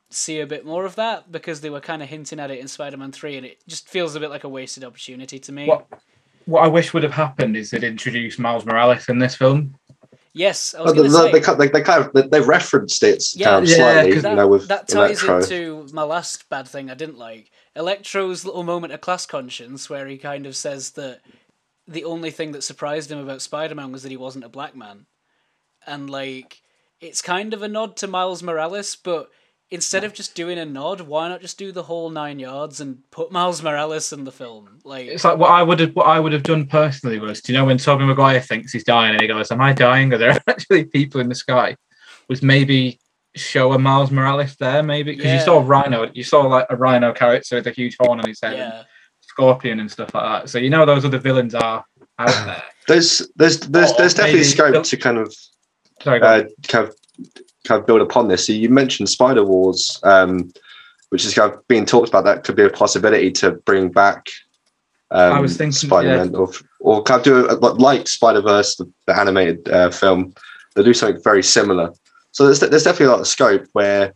Speaker 2: see a bit more of that because they were kind of hinting at it in spider-man 3 and it just feels a bit like a wasted opportunity to me
Speaker 1: What- what I wish would have happened is they'd introduced Miles Morales in this film.
Speaker 2: yes i was
Speaker 3: Well, they,
Speaker 2: going to say
Speaker 3: they, kind- they, they kind of they, they referenced it
Speaker 2: Yeah.
Speaker 3: um,
Speaker 1: Yeah,
Speaker 3: slightly,
Speaker 1: 'cause
Speaker 3: you
Speaker 2: that,
Speaker 3: know, with
Speaker 2: that ties
Speaker 3: Electro.
Speaker 2: into my last bad thing I didn't like. Electro's little moment of class conscience, where he kind of says that the only thing that surprised him about Spider Man was that he wasn't a black man. And, like, it's kind of a nod to Miles Morales, but instead of just doing a nod, why not just do the whole nine yards and put Miles Morales in the film? Like,
Speaker 1: It's like what I would have what I would have done personally was, do you know, when Tobey Maguire thinks he's dying and he goes, "Am I dying? Are there actually people in the sky?" Was maybe show a Miles Morales there, maybe because
Speaker 2: Yeah.
Speaker 1: you saw Rhino, you saw like a Rhino character with a huge horn on his head, and
Speaker 2: yeah.
Speaker 1: Scorpion and stuff like that. So you know those other villains are out there.
Speaker 3: There's there's there's
Speaker 1: Or
Speaker 3: there's definitely
Speaker 1: Oh, maybe-
Speaker 3: scope to kind of
Speaker 1: Sorry, go on.
Speaker 3: uh, kind of kind of build upon this. So you mentioned Spider Wars, um, which is kind of being talked about. That could be a possibility to bring back. Um,
Speaker 1: I was thinking,
Speaker 3: Spider Man or or kind of do a, like Spider Verse, the, the animated uh, film. They do something very similar. So there's there's definitely a lot of scope where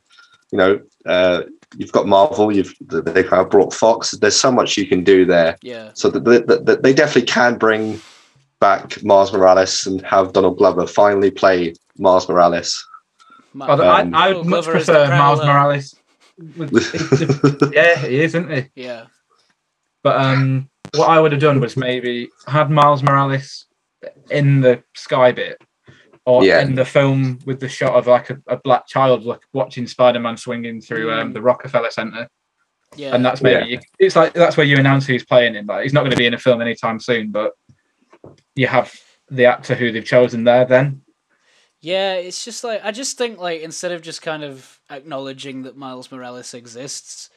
Speaker 3: you know uh, you've got Marvel, you've they kind of brought Fox. There's so much you can do there.
Speaker 2: Yeah.
Speaker 3: So that the, the, they definitely can bring back Mars Morales and have Donald Glover finally play Mars Morales.
Speaker 2: Ma-
Speaker 1: Although I,
Speaker 3: um,
Speaker 1: I would
Speaker 2: Donald
Speaker 1: much
Speaker 2: Glover is the
Speaker 1: prefer Miles
Speaker 2: Prowler.
Speaker 1: Morales. with- yeah, he is, isn't he?
Speaker 2: Yeah.
Speaker 1: But um, what I would have done was maybe had Miles Morales in the sky bit, or
Speaker 3: Yeah.
Speaker 1: in the film with the shot of like a, a black child look, watching Spider-Man swinging through um, the Rockefeller Center,
Speaker 2: Yeah.
Speaker 1: and that's maybe it's like that's where you announce who's playing him. Like he's not going to be in a film anytime soon, but you have the actor who they've chosen there. Then
Speaker 2: Yeah, it's just like I just think like instead of just kind of acknowledging that Miles Morales exists,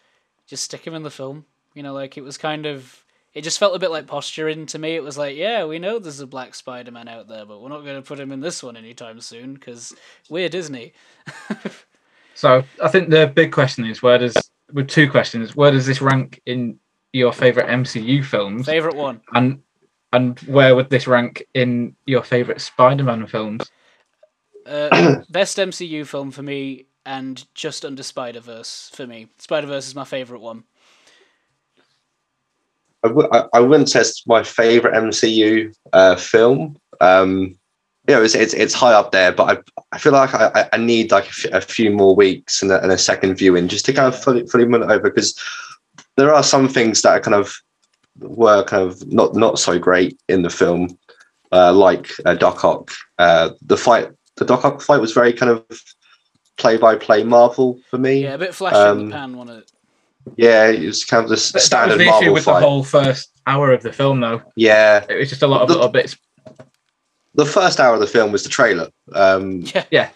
Speaker 2: just stick him in the film. You know, like it was kind of it just felt a bit like posturing to me. It was like, yeah, we know there's a black Spider-Man out there, but we're not going to put him in this one anytime soon because we're Disney.
Speaker 1: So I think the big question is where does with two questions where does this rank in your favorite MCU films
Speaker 2: Favorite one.
Speaker 1: and and where would this rank in your favorite Spider-Man films?
Speaker 2: Uh, best MCU film for me and just under Spider-Verse for me. Spider-Verse is my favorite one.
Speaker 3: I w- I, I wouldn't say it's my favorite MCU uh, film. Um, you know, it's, it's it's high up there, but I, I feel like I, I- I need like a f- a few more weeks and a, and a second viewing just to kind
Speaker 2: Yeah.
Speaker 3: of fully fully mull it over because there are some things that are kind of were kind of not not so great in the film, uh, like uh, Doc Ock. Uh, the fight, the Doc Ock fight was very kind of play by play Marvel for me.
Speaker 2: Yeah,
Speaker 3: Yeah,
Speaker 2: a bit flash in
Speaker 3: Um,
Speaker 2: the pan, one of
Speaker 3: it was kind of the s-
Speaker 1: that was
Speaker 3: standard
Speaker 1: the issue
Speaker 3: Marvel
Speaker 1: with
Speaker 3: fight.
Speaker 1: the whole first hour of the film, though.
Speaker 3: yeah.
Speaker 1: It was just a lot of
Speaker 3: The-
Speaker 1: little bits.
Speaker 3: the first hour of the film was the trailer. Um,
Speaker 2: Yeah.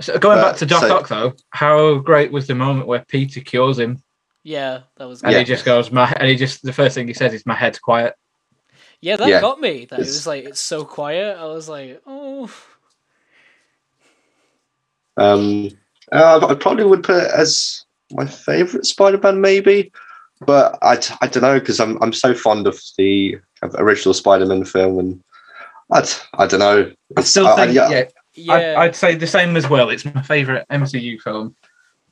Speaker 1: So going
Speaker 3: Uh,
Speaker 1: back to Doc
Speaker 3: so-
Speaker 1: Ock, though, how great was the moment where Peter cures him
Speaker 2: Yeah, that was
Speaker 1: and
Speaker 3: Yeah.
Speaker 1: he just goes, "My," and he just the first thing he says is, "My head's quiet."
Speaker 2: Yeah, that
Speaker 3: Yeah.
Speaker 2: got me. That it
Speaker 3: It's-
Speaker 2: was like it's so quiet. I was like, oh,
Speaker 3: um, uh, I probably would put it as my favorite Spider-Man, maybe, but I, t- I don't know because I'm I'm so fond of the of original Spider-Man film, and I, t- I don't know.
Speaker 1: I still
Speaker 3: I-
Speaker 1: think,
Speaker 3: I-
Speaker 1: yeah,
Speaker 2: yeah,
Speaker 1: I'd, I'd say the same as well. It's my favorite MCU film,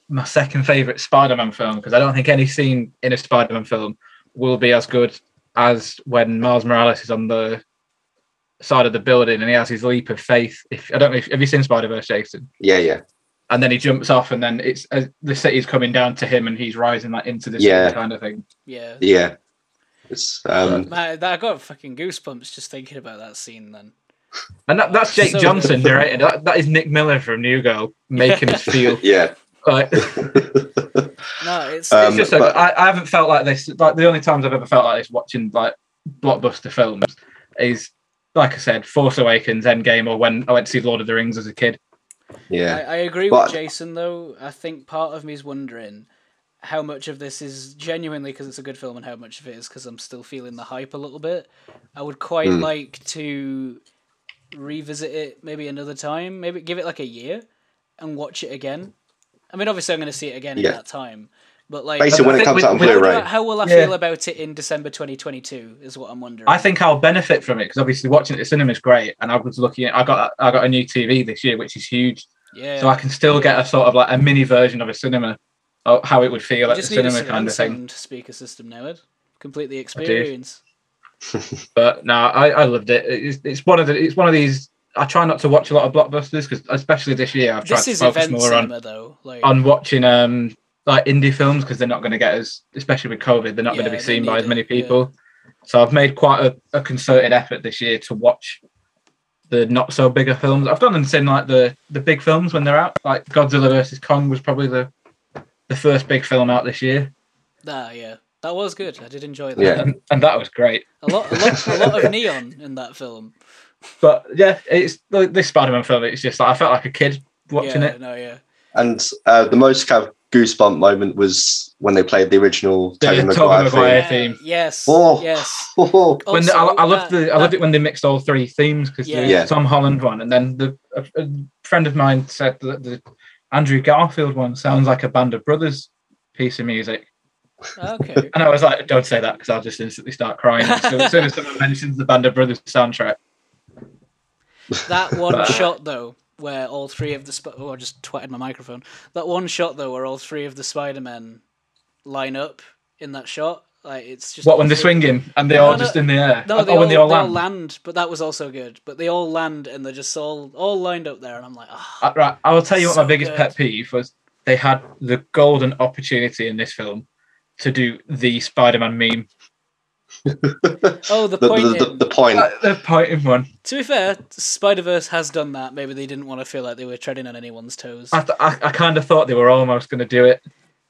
Speaker 1: my second favorite Spider-Man film because I don't think any scene in a Spider-Man film will be as good as when Miles Morales is on the side of the building and he has his leap of faith. If I don't know, if, have you seen Spider-Verse, Jason?
Speaker 3: Yeah, yeah,
Speaker 1: And then he jumps off, and then it's uh, the city's coming down to him, and he's rising like into the
Speaker 3: Yeah.
Speaker 1: city kind of thing.
Speaker 2: yeah.
Speaker 3: yeah. It's um,
Speaker 2: Man, that, I got fucking goosebumps just thinking about that scene. Then
Speaker 1: And that, that's Jake
Speaker 2: So-
Speaker 1: Johnson directed. That, that is Nick Miller from New Girl making us feel
Speaker 3: Yeah.
Speaker 1: like
Speaker 2: No, it's,
Speaker 3: Um,
Speaker 1: it's just like,
Speaker 3: but-
Speaker 1: I, I haven't felt like this. Like the only times I've ever felt like this watching like blockbuster films is like I said, Force Awakens, Endgame, or when I went to see Lord of the Rings as a kid.
Speaker 3: yeah.
Speaker 2: I, I agree
Speaker 3: But-
Speaker 2: with Jason though. I think part of me is wondering how much of this is genuinely because it's a good film and how much of it is because I'm still feeling the hype a little bit. I would quite
Speaker 3: Hmm.
Speaker 2: like to revisit it maybe another time, maybe give it like a year and watch it again. I mean, obviously, I'm going to see it again
Speaker 3: Yeah.
Speaker 2: in that time, but like,
Speaker 3: Basically,
Speaker 1: I
Speaker 3: when it
Speaker 1: think
Speaker 3: comes
Speaker 1: with-
Speaker 3: out on
Speaker 1: with-
Speaker 2: how, do
Speaker 3: Blu-ray,
Speaker 2: I- how will I
Speaker 1: Yeah.
Speaker 2: feel about it in December 2022 is what I'm wondering.
Speaker 1: I think I'll benefit from it because obviously watching it at cinema is great, and I was looking. At, I got I got a new TV this year, which is huge,
Speaker 2: yeah,
Speaker 1: so I can still get a sort of like a mini version of a cinema, of how it would feel
Speaker 2: you
Speaker 1: at the
Speaker 2: just need a
Speaker 1: cinema kind
Speaker 2: surround
Speaker 1: of thing.
Speaker 2: sound speaker system now, Ed. Complete the experience.
Speaker 1: but no, I, I loved it. It's, it's one of the it's one of these. I try not to watch a lot of blockbusters because especially this year I've tried
Speaker 2: This
Speaker 1: to
Speaker 2: is
Speaker 1: focus
Speaker 2: event
Speaker 1: more on
Speaker 2: cinema, though. Like,
Speaker 1: on watching um like indie films because they're not going to get as especially with COVID they're not going
Speaker 2: Yeah,
Speaker 1: to be
Speaker 2: they
Speaker 1: seen by
Speaker 2: need
Speaker 1: as many
Speaker 2: it, yeah.
Speaker 1: people. So I've made quite a, a concerted effort this year to watch the not so bigger films. I've done and seen like the the big films when they're out. Like Godzilla versus Kong was probably the the first big film out this year,
Speaker 2: Ah, yeah, that was good. I did enjoy that.
Speaker 3: Yeah.
Speaker 1: and, and that was great.
Speaker 2: A lot, a lot, a lot of neon in that film.
Speaker 1: But yeah, it's like, this Spider-Man film. It's just like I felt like a kid watching
Speaker 2: yeah,
Speaker 1: it.
Speaker 2: No, yeah,
Speaker 3: and uh, the most kind of goosebump moment was when they played the original
Speaker 1: The
Speaker 3: Tobey
Speaker 1: Tobey
Speaker 3: Maguire
Speaker 1: Maguire.
Speaker 3: thing.
Speaker 2: Yeah,
Speaker 1: theme.
Speaker 2: Yes,
Speaker 3: Oh.
Speaker 2: yes.
Speaker 3: Oh,
Speaker 1: When the, I,
Speaker 2: Also,
Speaker 1: I loved
Speaker 2: that-
Speaker 1: the I loved
Speaker 2: that-
Speaker 1: it when they mixed all three themes because
Speaker 2: Yeah.
Speaker 1: the
Speaker 3: Yeah.
Speaker 1: Tom Holland one, and then the a, a friend of mine said that the Andrew Garfield one sounds like a Band of Brothers piece of music,
Speaker 2: Okay.
Speaker 1: and I was like, "Don't say that," because I'll just instantly start crying. So as soon as someone mentions the Band of Brothers soundtrack,
Speaker 2: That one
Speaker 1: But-
Speaker 2: shot though, where all three of the sp- oh, I just twatted my microphone. That one shot though, where all three of the Spider Men line up in that shot, like it's just
Speaker 1: what when they're
Speaker 2: awful.
Speaker 1: swinging and they're
Speaker 2: No,
Speaker 1: all
Speaker 2: no.
Speaker 1: just in the air,
Speaker 2: No,
Speaker 1: oh,
Speaker 2: they, all,
Speaker 1: when they all land.
Speaker 2: but that was also good. But they all land and they're just all all lined up there, and I'm like, ah,
Speaker 1: I, right, I will tell you what my
Speaker 2: So
Speaker 1: biggest
Speaker 2: good.
Speaker 1: pet peeve was. They had the golden opportunity in this film to do the Spider-Man meme.
Speaker 2: oh, the
Speaker 3: the,
Speaker 2: point.
Speaker 3: the, the,
Speaker 2: in.
Speaker 3: the point.
Speaker 1: Uh, the point of one.
Speaker 2: To be fair, Spider Verse has done that. Maybe they didn't want to feel like they were treading on anyone's toes.
Speaker 1: I, th- I, I kind of thought they were almost going to do it.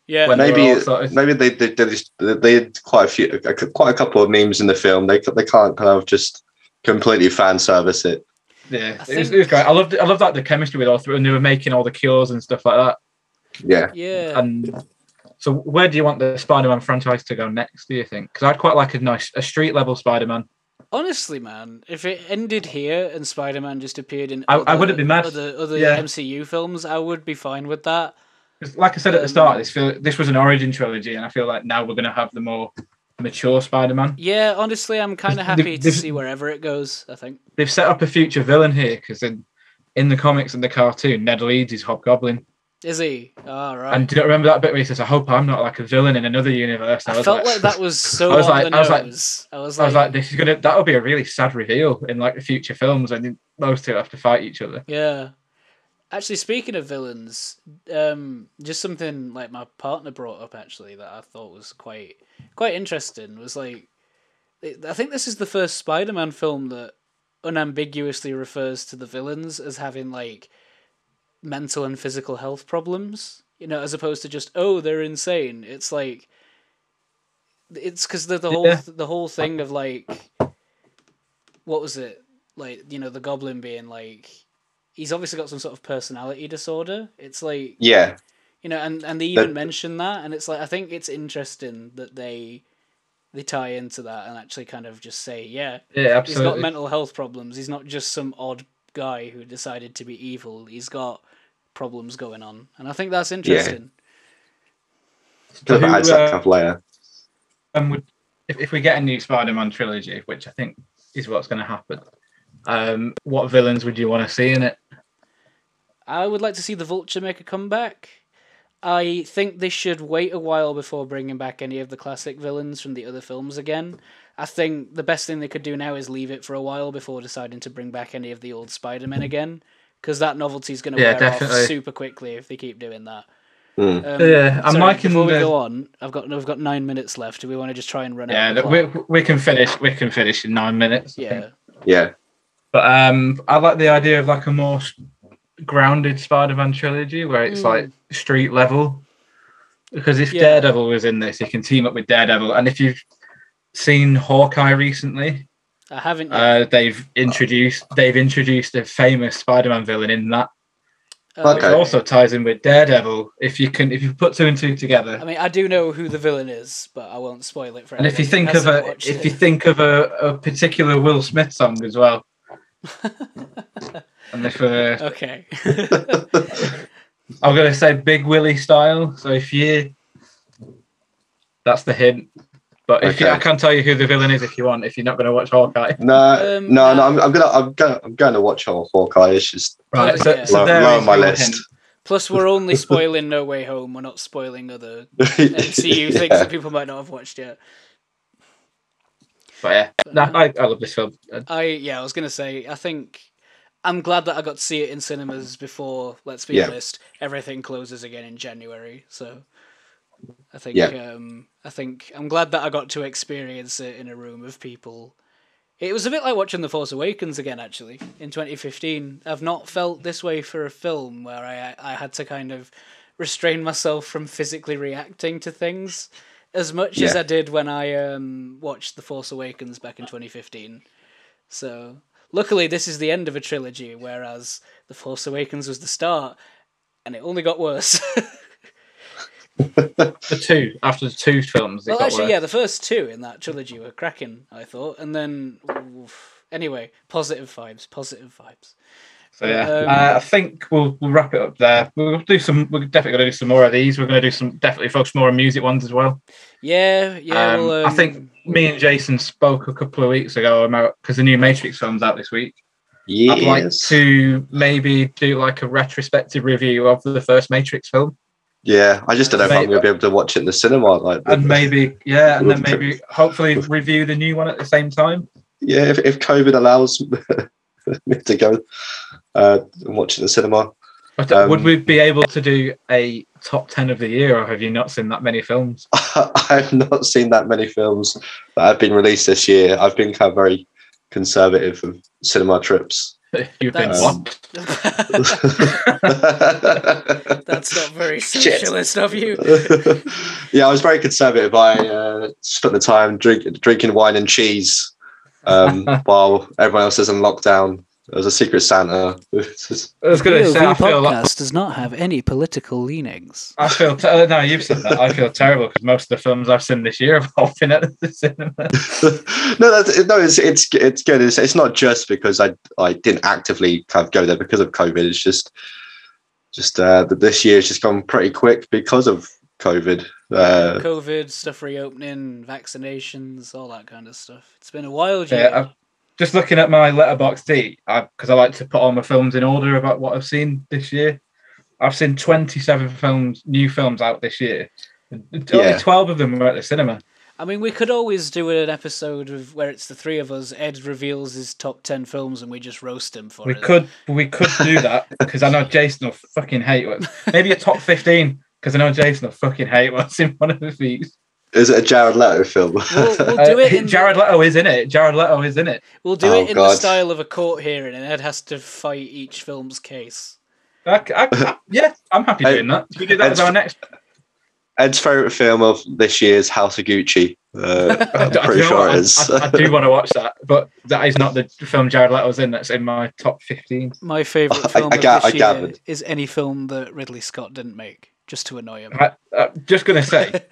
Speaker 2: yeah,
Speaker 1: when- they were
Speaker 3: maybe
Speaker 1: all sort of-
Speaker 3: maybe they they, they, just, they had quite a few quite a couple of memes in the film. They they can't kind of just completely fan service it.
Speaker 1: Yeah,
Speaker 2: I
Speaker 1: it was,
Speaker 2: think-
Speaker 1: it was great. I loved, I loved like the chemistry with all three, and they were making all the cures and stuff like that.
Speaker 3: Yeah,
Speaker 2: yeah.
Speaker 1: And so, where do you want the Spider-Man franchise to go next? Do you think? Because I'd quite like a nice, a street-level Spider-Man.
Speaker 2: Honestly, man, if it ended here and Spider Man just appeared in
Speaker 1: I- I wouldn't be mad.
Speaker 2: Other, other
Speaker 1: Yeah.
Speaker 2: MCU films, I would be fine with that.
Speaker 1: 'Cause like I said at
Speaker 2: Um,
Speaker 1: the start, this feel, this was an origin trilogy, and I feel like now we're going to have the more mature Spider-Man.
Speaker 2: Yeah, honestly, I'm kind
Speaker 1: They've-
Speaker 2: of happy to
Speaker 1: they've-
Speaker 2: see wherever it goes. I think.
Speaker 1: They've set up a future villain here because in, in the comics and the cartoon, Ned Leeds is Hobgoblin.
Speaker 2: Is he? All right.
Speaker 1: And do you not remember that bit where he says, "I hope I'm not like a villain in another universe"? And
Speaker 2: I felt like, that was so
Speaker 1: I was
Speaker 2: on
Speaker 1: like-
Speaker 2: the
Speaker 1: I was like-
Speaker 2: nose. I was
Speaker 1: I
Speaker 2: like,
Speaker 1: was like, this is gonna that'll be a really sad reveal in like the future films when those two have to fight each other.
Speaker 2: Yeah. Actually, speaking of villains, um, just something like my partner brought up actually that I thought was quite quite interesting was like, it- I think this is the first Spider-Man film that unambiguously refers to the villains as having like mental and physical health problems. You know, as opposed to just oh they're insane. It's like it's because the the whole
Speaker 1: Yeah.
Speaker 2: the whole thing of like what was it like you know the goblin being like he's obviously got some sort of personality disorder. It's like
Speaker 3: yeah,
Speaker 2: you know, and and they
Speaker 3: That-
Speaker 2: even mention that, and it's like I think it's interesting that they they tie into that and actually kind of just say, yeah,
Speaker 1: Yeah,
Speaker 2: he's got
Speaker 1: absolutely.
Speaker 2: mental health problems. He's not just some odd guy who decided to be evil. He's got problems going on, and I think that's interesting.
Speaker 1: So
Speaker 3: kind of
Speaker 1: who,
Speaker 3: adds that
Speaker 1: uh,
Speaker 3: kind of layer.
Speaker 1: um, would, if, if we get a new Spider-Man trilogy, which I think is what's going to happen, um, what villains would you want to see in it?
Speaker 2: I would like to see the Vulture make a comeback. I think they should wait a while before bringing back any of the classic villains from the other films again. I think the best thing they could do now is leave it for a while before deciding to bring back any of the old Spider-Men again, because that novelty's going to
Speaker 1: Mm. Yeah,
Speaker 2: wear
Speaker 1: definitely. Mm.
Speaker 2: off super quickly if they keep doing that.
Speaker 3: Hmm.
Speaker 2: Um,
Speaker 1: Yeah, I'm
Speaker 2: sorry,
Speaker 1: liking
Speaker 2: Before we
Speaker 1: the-
Speaker 2: go on, I've got I've got nine minutes left. Do we want to just try and run out?
Speaker 1: Yeah,
Speaker 2: of the
Speaker 1: that we
Speaker 2: clock?
Speaker 1: we can finish. We can finish in nine minutes. I
Speaker 2: yeah.
Speaker 1: think.
Speaker 3: Yeah,
Speaker 1: But um, I like the idea of like a more s- grounded Spider-Man trilogy where it's
Speaker 2: Mm.
Speaker 1: like street level. Because if
Speaker 2: Yeah.
Speaker 1: Daredevil was in this, he can team up with Daredevil, and if you've seen Hawkeye recently,
Speaker 2: I haven't yet.
Speaker 1: uh, they've introduced they've introduced a famous Spider-Man villain in that,
Speaker 2: Uh,
Speaker 1: which
Speaker 3: Okay.
Speaker 1: also ties in with Daredevil. If you can, if you put two and two together,
Speaker 2: I mean, I do know who the villain is, but I won't spoil it for
Speaker 1: and if you
Speaker 2: anyone
Speaker 1: think
Speaker 2: who
Speaker 1: of
Speaker 2: hasn't
Speaker 1: a
Speaker 2: watched
Speaker 1: if
Speaker 2: it.
Speaker 1: you think of a, a particular Will Smith song as well, and if uh,
Speaker 2: Okay.
Speaker 1: I'm gonna say Big Willie style. So if you, that's the hint. But if you,
Speaker 3: Okay.
Speaker 1: I can't tell you who the villain is if you want. If you're not gonna watch Hawkeye,
Speaker 2: Um,
Speaker 3: No,
Speaker 1: uh,
Speaker 3: no, no.
Speaker 2: no.
Speaker 3: I'm, I'm gonna, I'm gonna, I'm going to watch Haw- Hawkeye. It's just
Speaker 1: right? So,
Speaker 2: Yeah.
Speaker 1: so
Speaker 3: low,
Speaker 1: there
Speaker 3: low
Speaker 1: is
Speaker 3: on my
Speaker 1: your
Speaker 3: list.
Speaker 1: hint.
Speaker 2: Plus, we're only spoiling No Way Home. We're not spoiling other MCU
Speaker 3: Yeah.
Speaker 2: things that people might not have watched yet.
Speaker 1: But yeah, nah, I, I love this film. Uh,
Speaker 2: I yeah, I was gonna say. I think I'm glad that I got to see it in cinemas before. Let's be
Speaker 3: Yeah.
Speaker 2: honest, everything closes again in January, so I think um, I think I'm glad that I got to experience it in a room of people. It was a bit like watching The Force Awakens again, actually, in 2015. I've not felt this way for a film where I I had to kind of restrain myself from physically reacting to things as much as
Speaker 3: Yeah.
Speaker 2: I did when I um, watched The Force Awakens back in 2015. So luckily, this is the end of a trilogy, whereas The Force Awakens was the start, and it only got worse.
Speaker 1: The two after the two films, it
Speaker 2: well,
Speaker 1: got
Speaker 2: actually,
Speaker 1: worse.
Speaker 2: yeah, the first two in that trilogy were cracking, I thought, and then oof. anyway, positive vibes, positive vibes.
Speaker 1: So yeah,
Speaker 2: Um,
Speaker 1: uh, I think we'll we'll wrap it up there. We'll do some. We're definitely gonna do some more of these. We're gonna do some definitely focus more on music ones as well.
Speaker 2: Yeah, yeah.
Speaker 1: Um,
Speaker 2: well,
Speaker 1: I think
Speaker 2: um,
Speaker 1: me and Jason spoke a couple of weeks ago about because the new Matrix film's out this week. I'd like
Speaker 3: Yes.
Speaker 1: to maybe do like a retrospective review of the first Matrix film,
Speaker 3: Yeah, I just don't know if I'm
Speaker 1: Mate.
Speaker 3: going to be able to watch it in the cinema. Like,
Speaker 1: and maybe yeah, and then maybe hopefully review the new one at the same time.
Speaker 3: yeah, if, if COVID allows me to go uh, and watch it in the cinema,
Speaker 1: But uh,
Speaker 3: Um,
Speaker 1: would we be able to do a top ten of the year, or have you not seen that many films?
Speaker 3: I've not seen that many films that have been released this year. I've been kind of very conservative of cinema trips.
Speaker 1: You've been
Speaker 2: That's-
Speaker 1: what?
Speaker 2: that's not very
Speaker 3: Shit.
Speaker 2: socialist of you.
Speaker 3: yeah, I was very conservative. I uh, spent the time drink, drinking wine and cheese um, while everyone else is in lockdown. There was a secret Santa. It's just-
Speaker 1: I was going to say I feel like.
Speaker 2: does not have any political leanings.
Speaker 1: I feel te- uh, no, you've said that. I feel terrible because most of the films I've seen this year have all been at the cinema.
Speaker 3: no, that's, no, it's it's it's good. It's, it's not just because I I didn't actively kind of go there because of COVID. It's just just uh, that this year's just gone pretty quick because of COVID. Uh,
Speaker 2: COVID stuff reopening, vaccinations, all that kind of stuff. It's been a wild year.
Speaker 1: Yeah, I've, just looking at my letterboxd, because I, like to put all my films in order about what I've seen this year. I've seen 27 films, new films out this year. Only
Speaker 3: Yeah.
Speaker 1: 12 of them were at the cinema.
Speaker 2: I mean, we could always do an episode of where it's the three of us. Ed reveals his top ten films, and we just roast him for
Speaker 1: We
Speaker 2: it.
Speaker 1: could we could do that because I know Jason will fucking hate us. Maybe a top 15 because I know Jason will fucking hate what's in one of the fees.
Speaker 3: is it a Jared Leto film?
Speaker 2: We'll,
Speaker 1: Uh,
Speaker 2: we'll do it. In
Speaker 1: Jared
Speaker 2: the,
Speaker 1: Leto is in it. Jared Leto is in it.
Speaker 2: we'll do
Speaker 3: Oh,
Speaker 2: it in the
Speaker 3: God.
Speaker 2: style of a court hearing, and Ed has to fight each film's case.
Speaker 1: I, c- I c- yeah, I'm happy doing that. Should We do that as our next.
Speaker 3: Ed's favorite film of this year's House of Gucci. Uh, I'm
Speaker 1: Do you
Speaker 3: pretty
Speaker 1: know
Speaker 3: sure
Speaker 1: what?
Speaker 3: it is.
Speaker 1: I, I, I do want to watch that, but that is not the film Jared Leto's in. That's in my top fifteen.
Speaker 2: My favorite
Speaker 3: I-
Speaker 2: film
Speaker 3: I
Speaker 2: of
Speaker 3: ga-
Speaker 2: this
Speaker 3: I
Speaker 2: year
Speaker 3: gathered.
Speaker 2: is any film that Ridley Scott didn't make, just to annoy him.
Speaker 1: I, I'm Uh, just gonna say,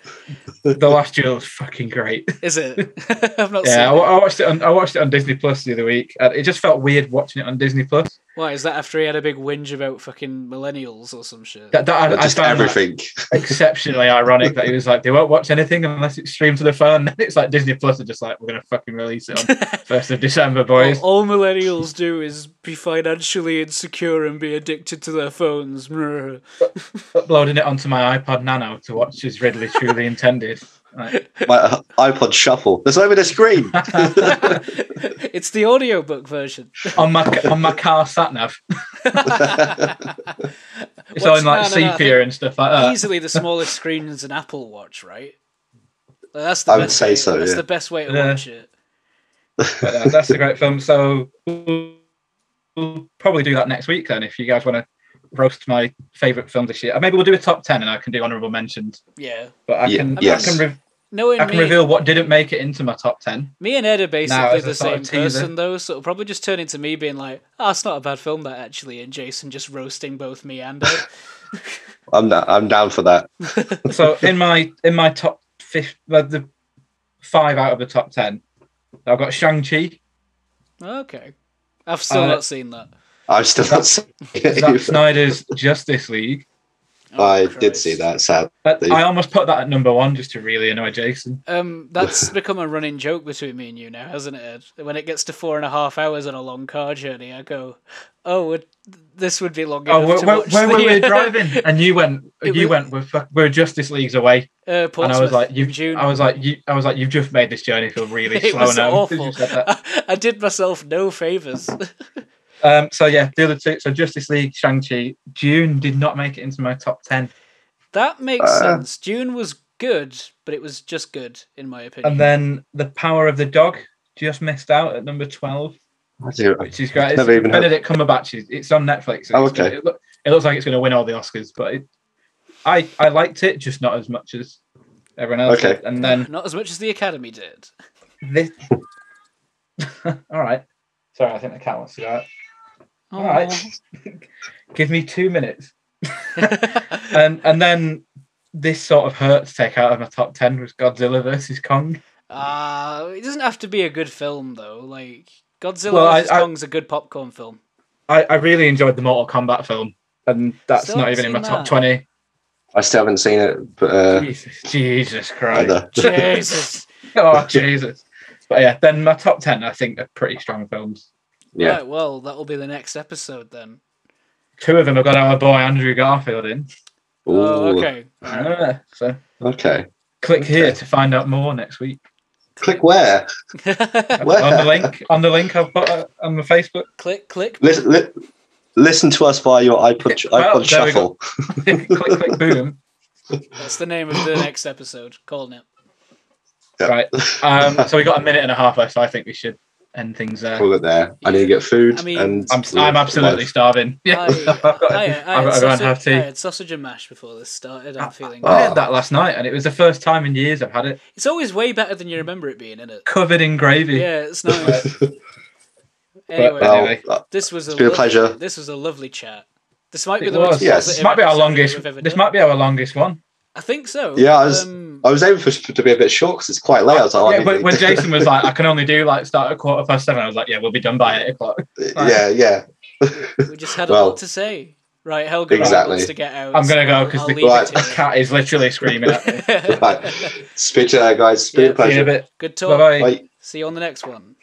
Speaker 1: The Last Duel is fucking great.
Speaker 2: Is it? I've not
Speaker 1: Yeah, uh, I,
Speaker 2: seen. It.
Speaker 1: wa- I watched it. On, I watched it on Disney Plus the other week. and It just felt weird watching it on Disney Plus.
Speaker 2: Why is that? After he had a big whinge about fucking millennials or some shit.
Speaker 1: That, that I, I
Speaker 3: just
Speaker 1: found that
Speaker 3: everything.
Speaker 1: exceptionally ironic that he was like, they won't watch anything unless it's streamed to the phone. And it's like Disney Plus are just like, we're gonna fucking release it on first of December, boys.
Speaker 2: All, all millennials do is be financially insecure and be addicted to their phones. Mrrr.
Speaker 1: Uploading it onto my iPod Nano to watch is Ridley truly intended. Like,
Speaker 3: My uh, iPod Shuffle. There's no a screen.
Speaker 2: it's the audiobook version.
Speaker 1: on my on my car sat nav. It's
Speaker 2: Watch-
Speaker 1: on like
Speaker 2: no, no, no, I
Speaker 1: sepia and stuff like
Speaker 3: Uh,
Speaker 1: that.
Speaker 2: Easily the smallest screen is an Apple Watch, right? Like, That's the
Speaker 3: I would
Speaker 2: best
Speaker 3: say
Speaker 2: way,
Speaker 3: so,
Speaker 2: That's
Speaker 3: yeah.
Speaker 2: the best way to
Speaker 1: Yeah.
Speaker 2: watch it.
Speaker 1: But, uh, that's a great film. So we'll we'll probably do that next week then if you guys want to roast my favorite film this year. Maybe we'll do a top ten and I can do honorable mentions.
Speaker 2: Yeah.
Speaker 1: But I
Speaker 3: Yeah,
Speaker 1: can
Speaker 3: yes.
Speaker 1: I can, re-
Speaker 2: Knowing
Speaker 1: I can
Speaker 2: me,
Speaker 1: reveal what didn't make it into my top ten.
Speaker 2: me and Ed are
Speaker 1: Now,
Speaker 2: basically
Speaker 1: as a
Speaker 2: the
Speaker 1: sort
Speaker 2: same
Speaker 1: of teaser.
Speaker 2: person, though, so it'll probably just turn into me being like, oh, it's not a bad film, that actually, and Jason just roasting both me and Ed.
Speaker 3: I'm da- I'm down for that.
Speaker 1: So in my in my top fifth, the, the five out of the top ten, I've got Shang Chi.
Speaker 2: okay. I've still
Speaker 1: Uh,
Speaker 2: not seen that.
Speaker 3: I'm still not seeing
Speaker 1: Zack
Speaker 3: it.
Speaker 1: Snyder's Justice League.
Speaker 2: Oh,
Speaker 3: I did
Speaker 2: Christ.
Speaker 3: see that. Sad.
Speaker 1: But I almost put that at number one just to really annoy Jason.
Speaker 2: Um, that's become a running joke between me and you now, hasn't it? Ed? When it gets to four and a half hours on a long car journey, I go, "Oh, would, this would be long
Speaker 1: Oh,
Speaker 2: enough
Speaker 1: where,
Speaker 2: to
Speaker 1: where,
Speaker 2: watch."
Speaker 1: where
Speaker 2: the-
Speaker 1: were we driving?
Speaker 2: Uh,
Speaker 1: And you went,
Speaker 2: It
Speaker 1: you
Speaker 2: was-
Speaker 1: went. We're, fuck- we're Justice League's away,
Speaker 2: uh, Portsmouth
Speaker 1: and I was like,
Speaker 2: in
Speaker 1: you,
Speaker 2: June.
Speaker 1: I was like, you, I was like, you've just made this journey feel really
Speaker 2: it
Speaker 1: slow
Speaker 2: was
Speaker 1: now.
Speaker 2: awful.
Speaker 1: You said that.
Speaker 2: I, did myself no favors.
Speaker 1: Um, so yeah, the other two. So Justice League, Shang Chi, June did not make it into my top ten,
Speaker 2: that makes
Speaker 3: Uh.
Speaker 2: sense. June was good, but it was just good in my opinion.
Speaker 1: and then The Power of the Dog just missed out at number twelve,
Speaker 3: I do.
Speaker 1: which is great. It's
Speaker 3: Never even heard-
Speaker 1: Benedict Cumberbatch. It's, it's on Netflix.
Speaker 3: Oh,
Speaker 1: It's-
Speaker 3: okay.
Speaker 1: It, look, it looks like it's going to win all the Oscars, but it, I I liked it, just not as much as everyone else.
Speaker 3: Okay.
Speaker 1: did. And then
Speaker 2: not as much as the Academy did.
Speaker 1: this. all right. Sorry, I think the cat wants to go out. All right. Give me two minutes.
Speaker 2: Aw.
Speaker 1: and and then this sort of hurt to take out of my top ten was Godzilla versus Kong.
Speaker 2: Uh, it doesn't have to be a good film though. Like Godzilla
Speaker 1: Well, I-
Speaker 2: vs
Speaker 1: I-
Speaker 2: Kong's a good popcorn film.
Speaker 1: I, I really enjoyed the Mortal Kombat film, and that's
Speaker 2: Still
Speaker 1: not even
Speaker 2: haven't
Speaker 1: in my
Speaker 2: seen
Speaker 1: top
Speaker 2: that.
Speaker 1: twenty.
Speaker 3: I still haven't seen it, but uh,
Speaker 1: Jesus, Jesus Christ!
Speaker 3: either.
Speaker 2: Jesus.
Speaker 1: Oh Jesus! But yeah, then my top ten I think are pretty strong films.
Speaker 3: yeah.
Speaker 2: Right, well, that'll be the next episode then.
Speaker 1: Two of them have got our boy Andrew Garfield in.
Speaker 2: Oh,
Speaker 3: Ooh.
Speaker 2: okay. Alright.
Speaker 1: Ah, so
Speaker 3: Okay.
Speaker 1: click here
Speaker 3: Okay.
Speaker 1: to find out more next week
Speaker 3: Click where? Where?
Speaker 1: on the link on the link I've put uh, on the Facebook.
Speaker 2: click, click.
Speaker 3: Listen, li- listen to us via your iPod, iPod
Speaker 1: Well, there we
Speaker 3: Shuffle.
Speaker 1: click click boom.
Speaker 2: That's the name of the next episode. Calling it.
Speaker 3: Yeah.
Speaker 1: Right. Um, so we got a minute and a half left, so I think we should end things there.
Speaker 3: Call it there. I need to get food.
Speaker 2: I mean-
Speaker 3: and
Speaker 1: I'm, I'm absolutely starving.
Speaker 2: I,
Speaker 1: I've got,
Speaker 2: I, I,
Speaker 1: I've got
Speaker 2: had
Speaker 1: to go and
Speaker 2: sausage,
Speaker 1: have
Speaker 2: I
Speaker 1: tea.
Speaker 2: had sausage and mash before this started. I'm feeling.
Speaker 1: I
Speaker 3: Ah.
Speaker 1: had that last night, and it was the first time in years I've had it
Speaker 2: It's always way better than you remember it being, isn't it?
Speaker 1: covered in gravy.
Speaker 2: Yeah, it's nice.
Speaker 1: But,
Speaker 2: anyway,
Speaker 3: Well,
Speaker 1: Anyway.
Speaker 3: uh,
Speaker 2: this was a
Speaker 3: it's been a
Speaker 2: lovely-
Speaker 3: pleasure.
Speaker 2: This was a lovely chat. This might be
Speaker 1: It
Speaker 2: the most.
Speaker 1: was.
Speaker 3: Yes.
Speaker 1: This
Speaker 2: positive
Speaker 1: might be our
Speaker 2: episode
Speaker 1: longest.
Speaker 2: we've ever
Speaker 1: This
Speaker 2: done.
Speaker 1: might be our longest one.
Speaker 2: I think so.
Speaker 3: Yeah, I was-
Speaker 2: Um,
Speaker 3: I was aiming for it to be a bit short because it's quite late. I was like, oh, I
Speaker 1: yeah,
Speaker 3: need
Speaker 1: but
Speaker 3: to-
Speaker 1: when Jason was like, "I can only do like start at quarter past seven, I was like, "Yeah, we'll be done by eight o'clock."
Speaker 3: yeah, yeah.
Speaker 2: We just had a
Speaker 3: Well,
Speaker 2: lot to say. Right, Helga
Speaker 3: exactly.
Speaker 2: wants to get out.
Speaker 1: I'm gonna go
Speaker 2: I'll-
Speaker 1: because
Speaker 2: I'll
Speaker 1: the,
Speaker 2: leave
Speaker 3: Right.
Speaker 2: it
Speaker 1: the cat is literally screaming at me.
Speaker 2: to you.
Speaker 3: Right. Speak to you later, guys. It's been
Speaker 2: Yeah.
Speaker 1: See
Speaker 3: a
Speaker 1: you in a
Speaker 3: pleasure.
Speaker 1: bit.
Speaker 2: Good
Speaker 1: Bye
Speaker 2: talk.
Speaker 1: bye.
Speaker 3: Bye.
Speaker 2: See you on the next one.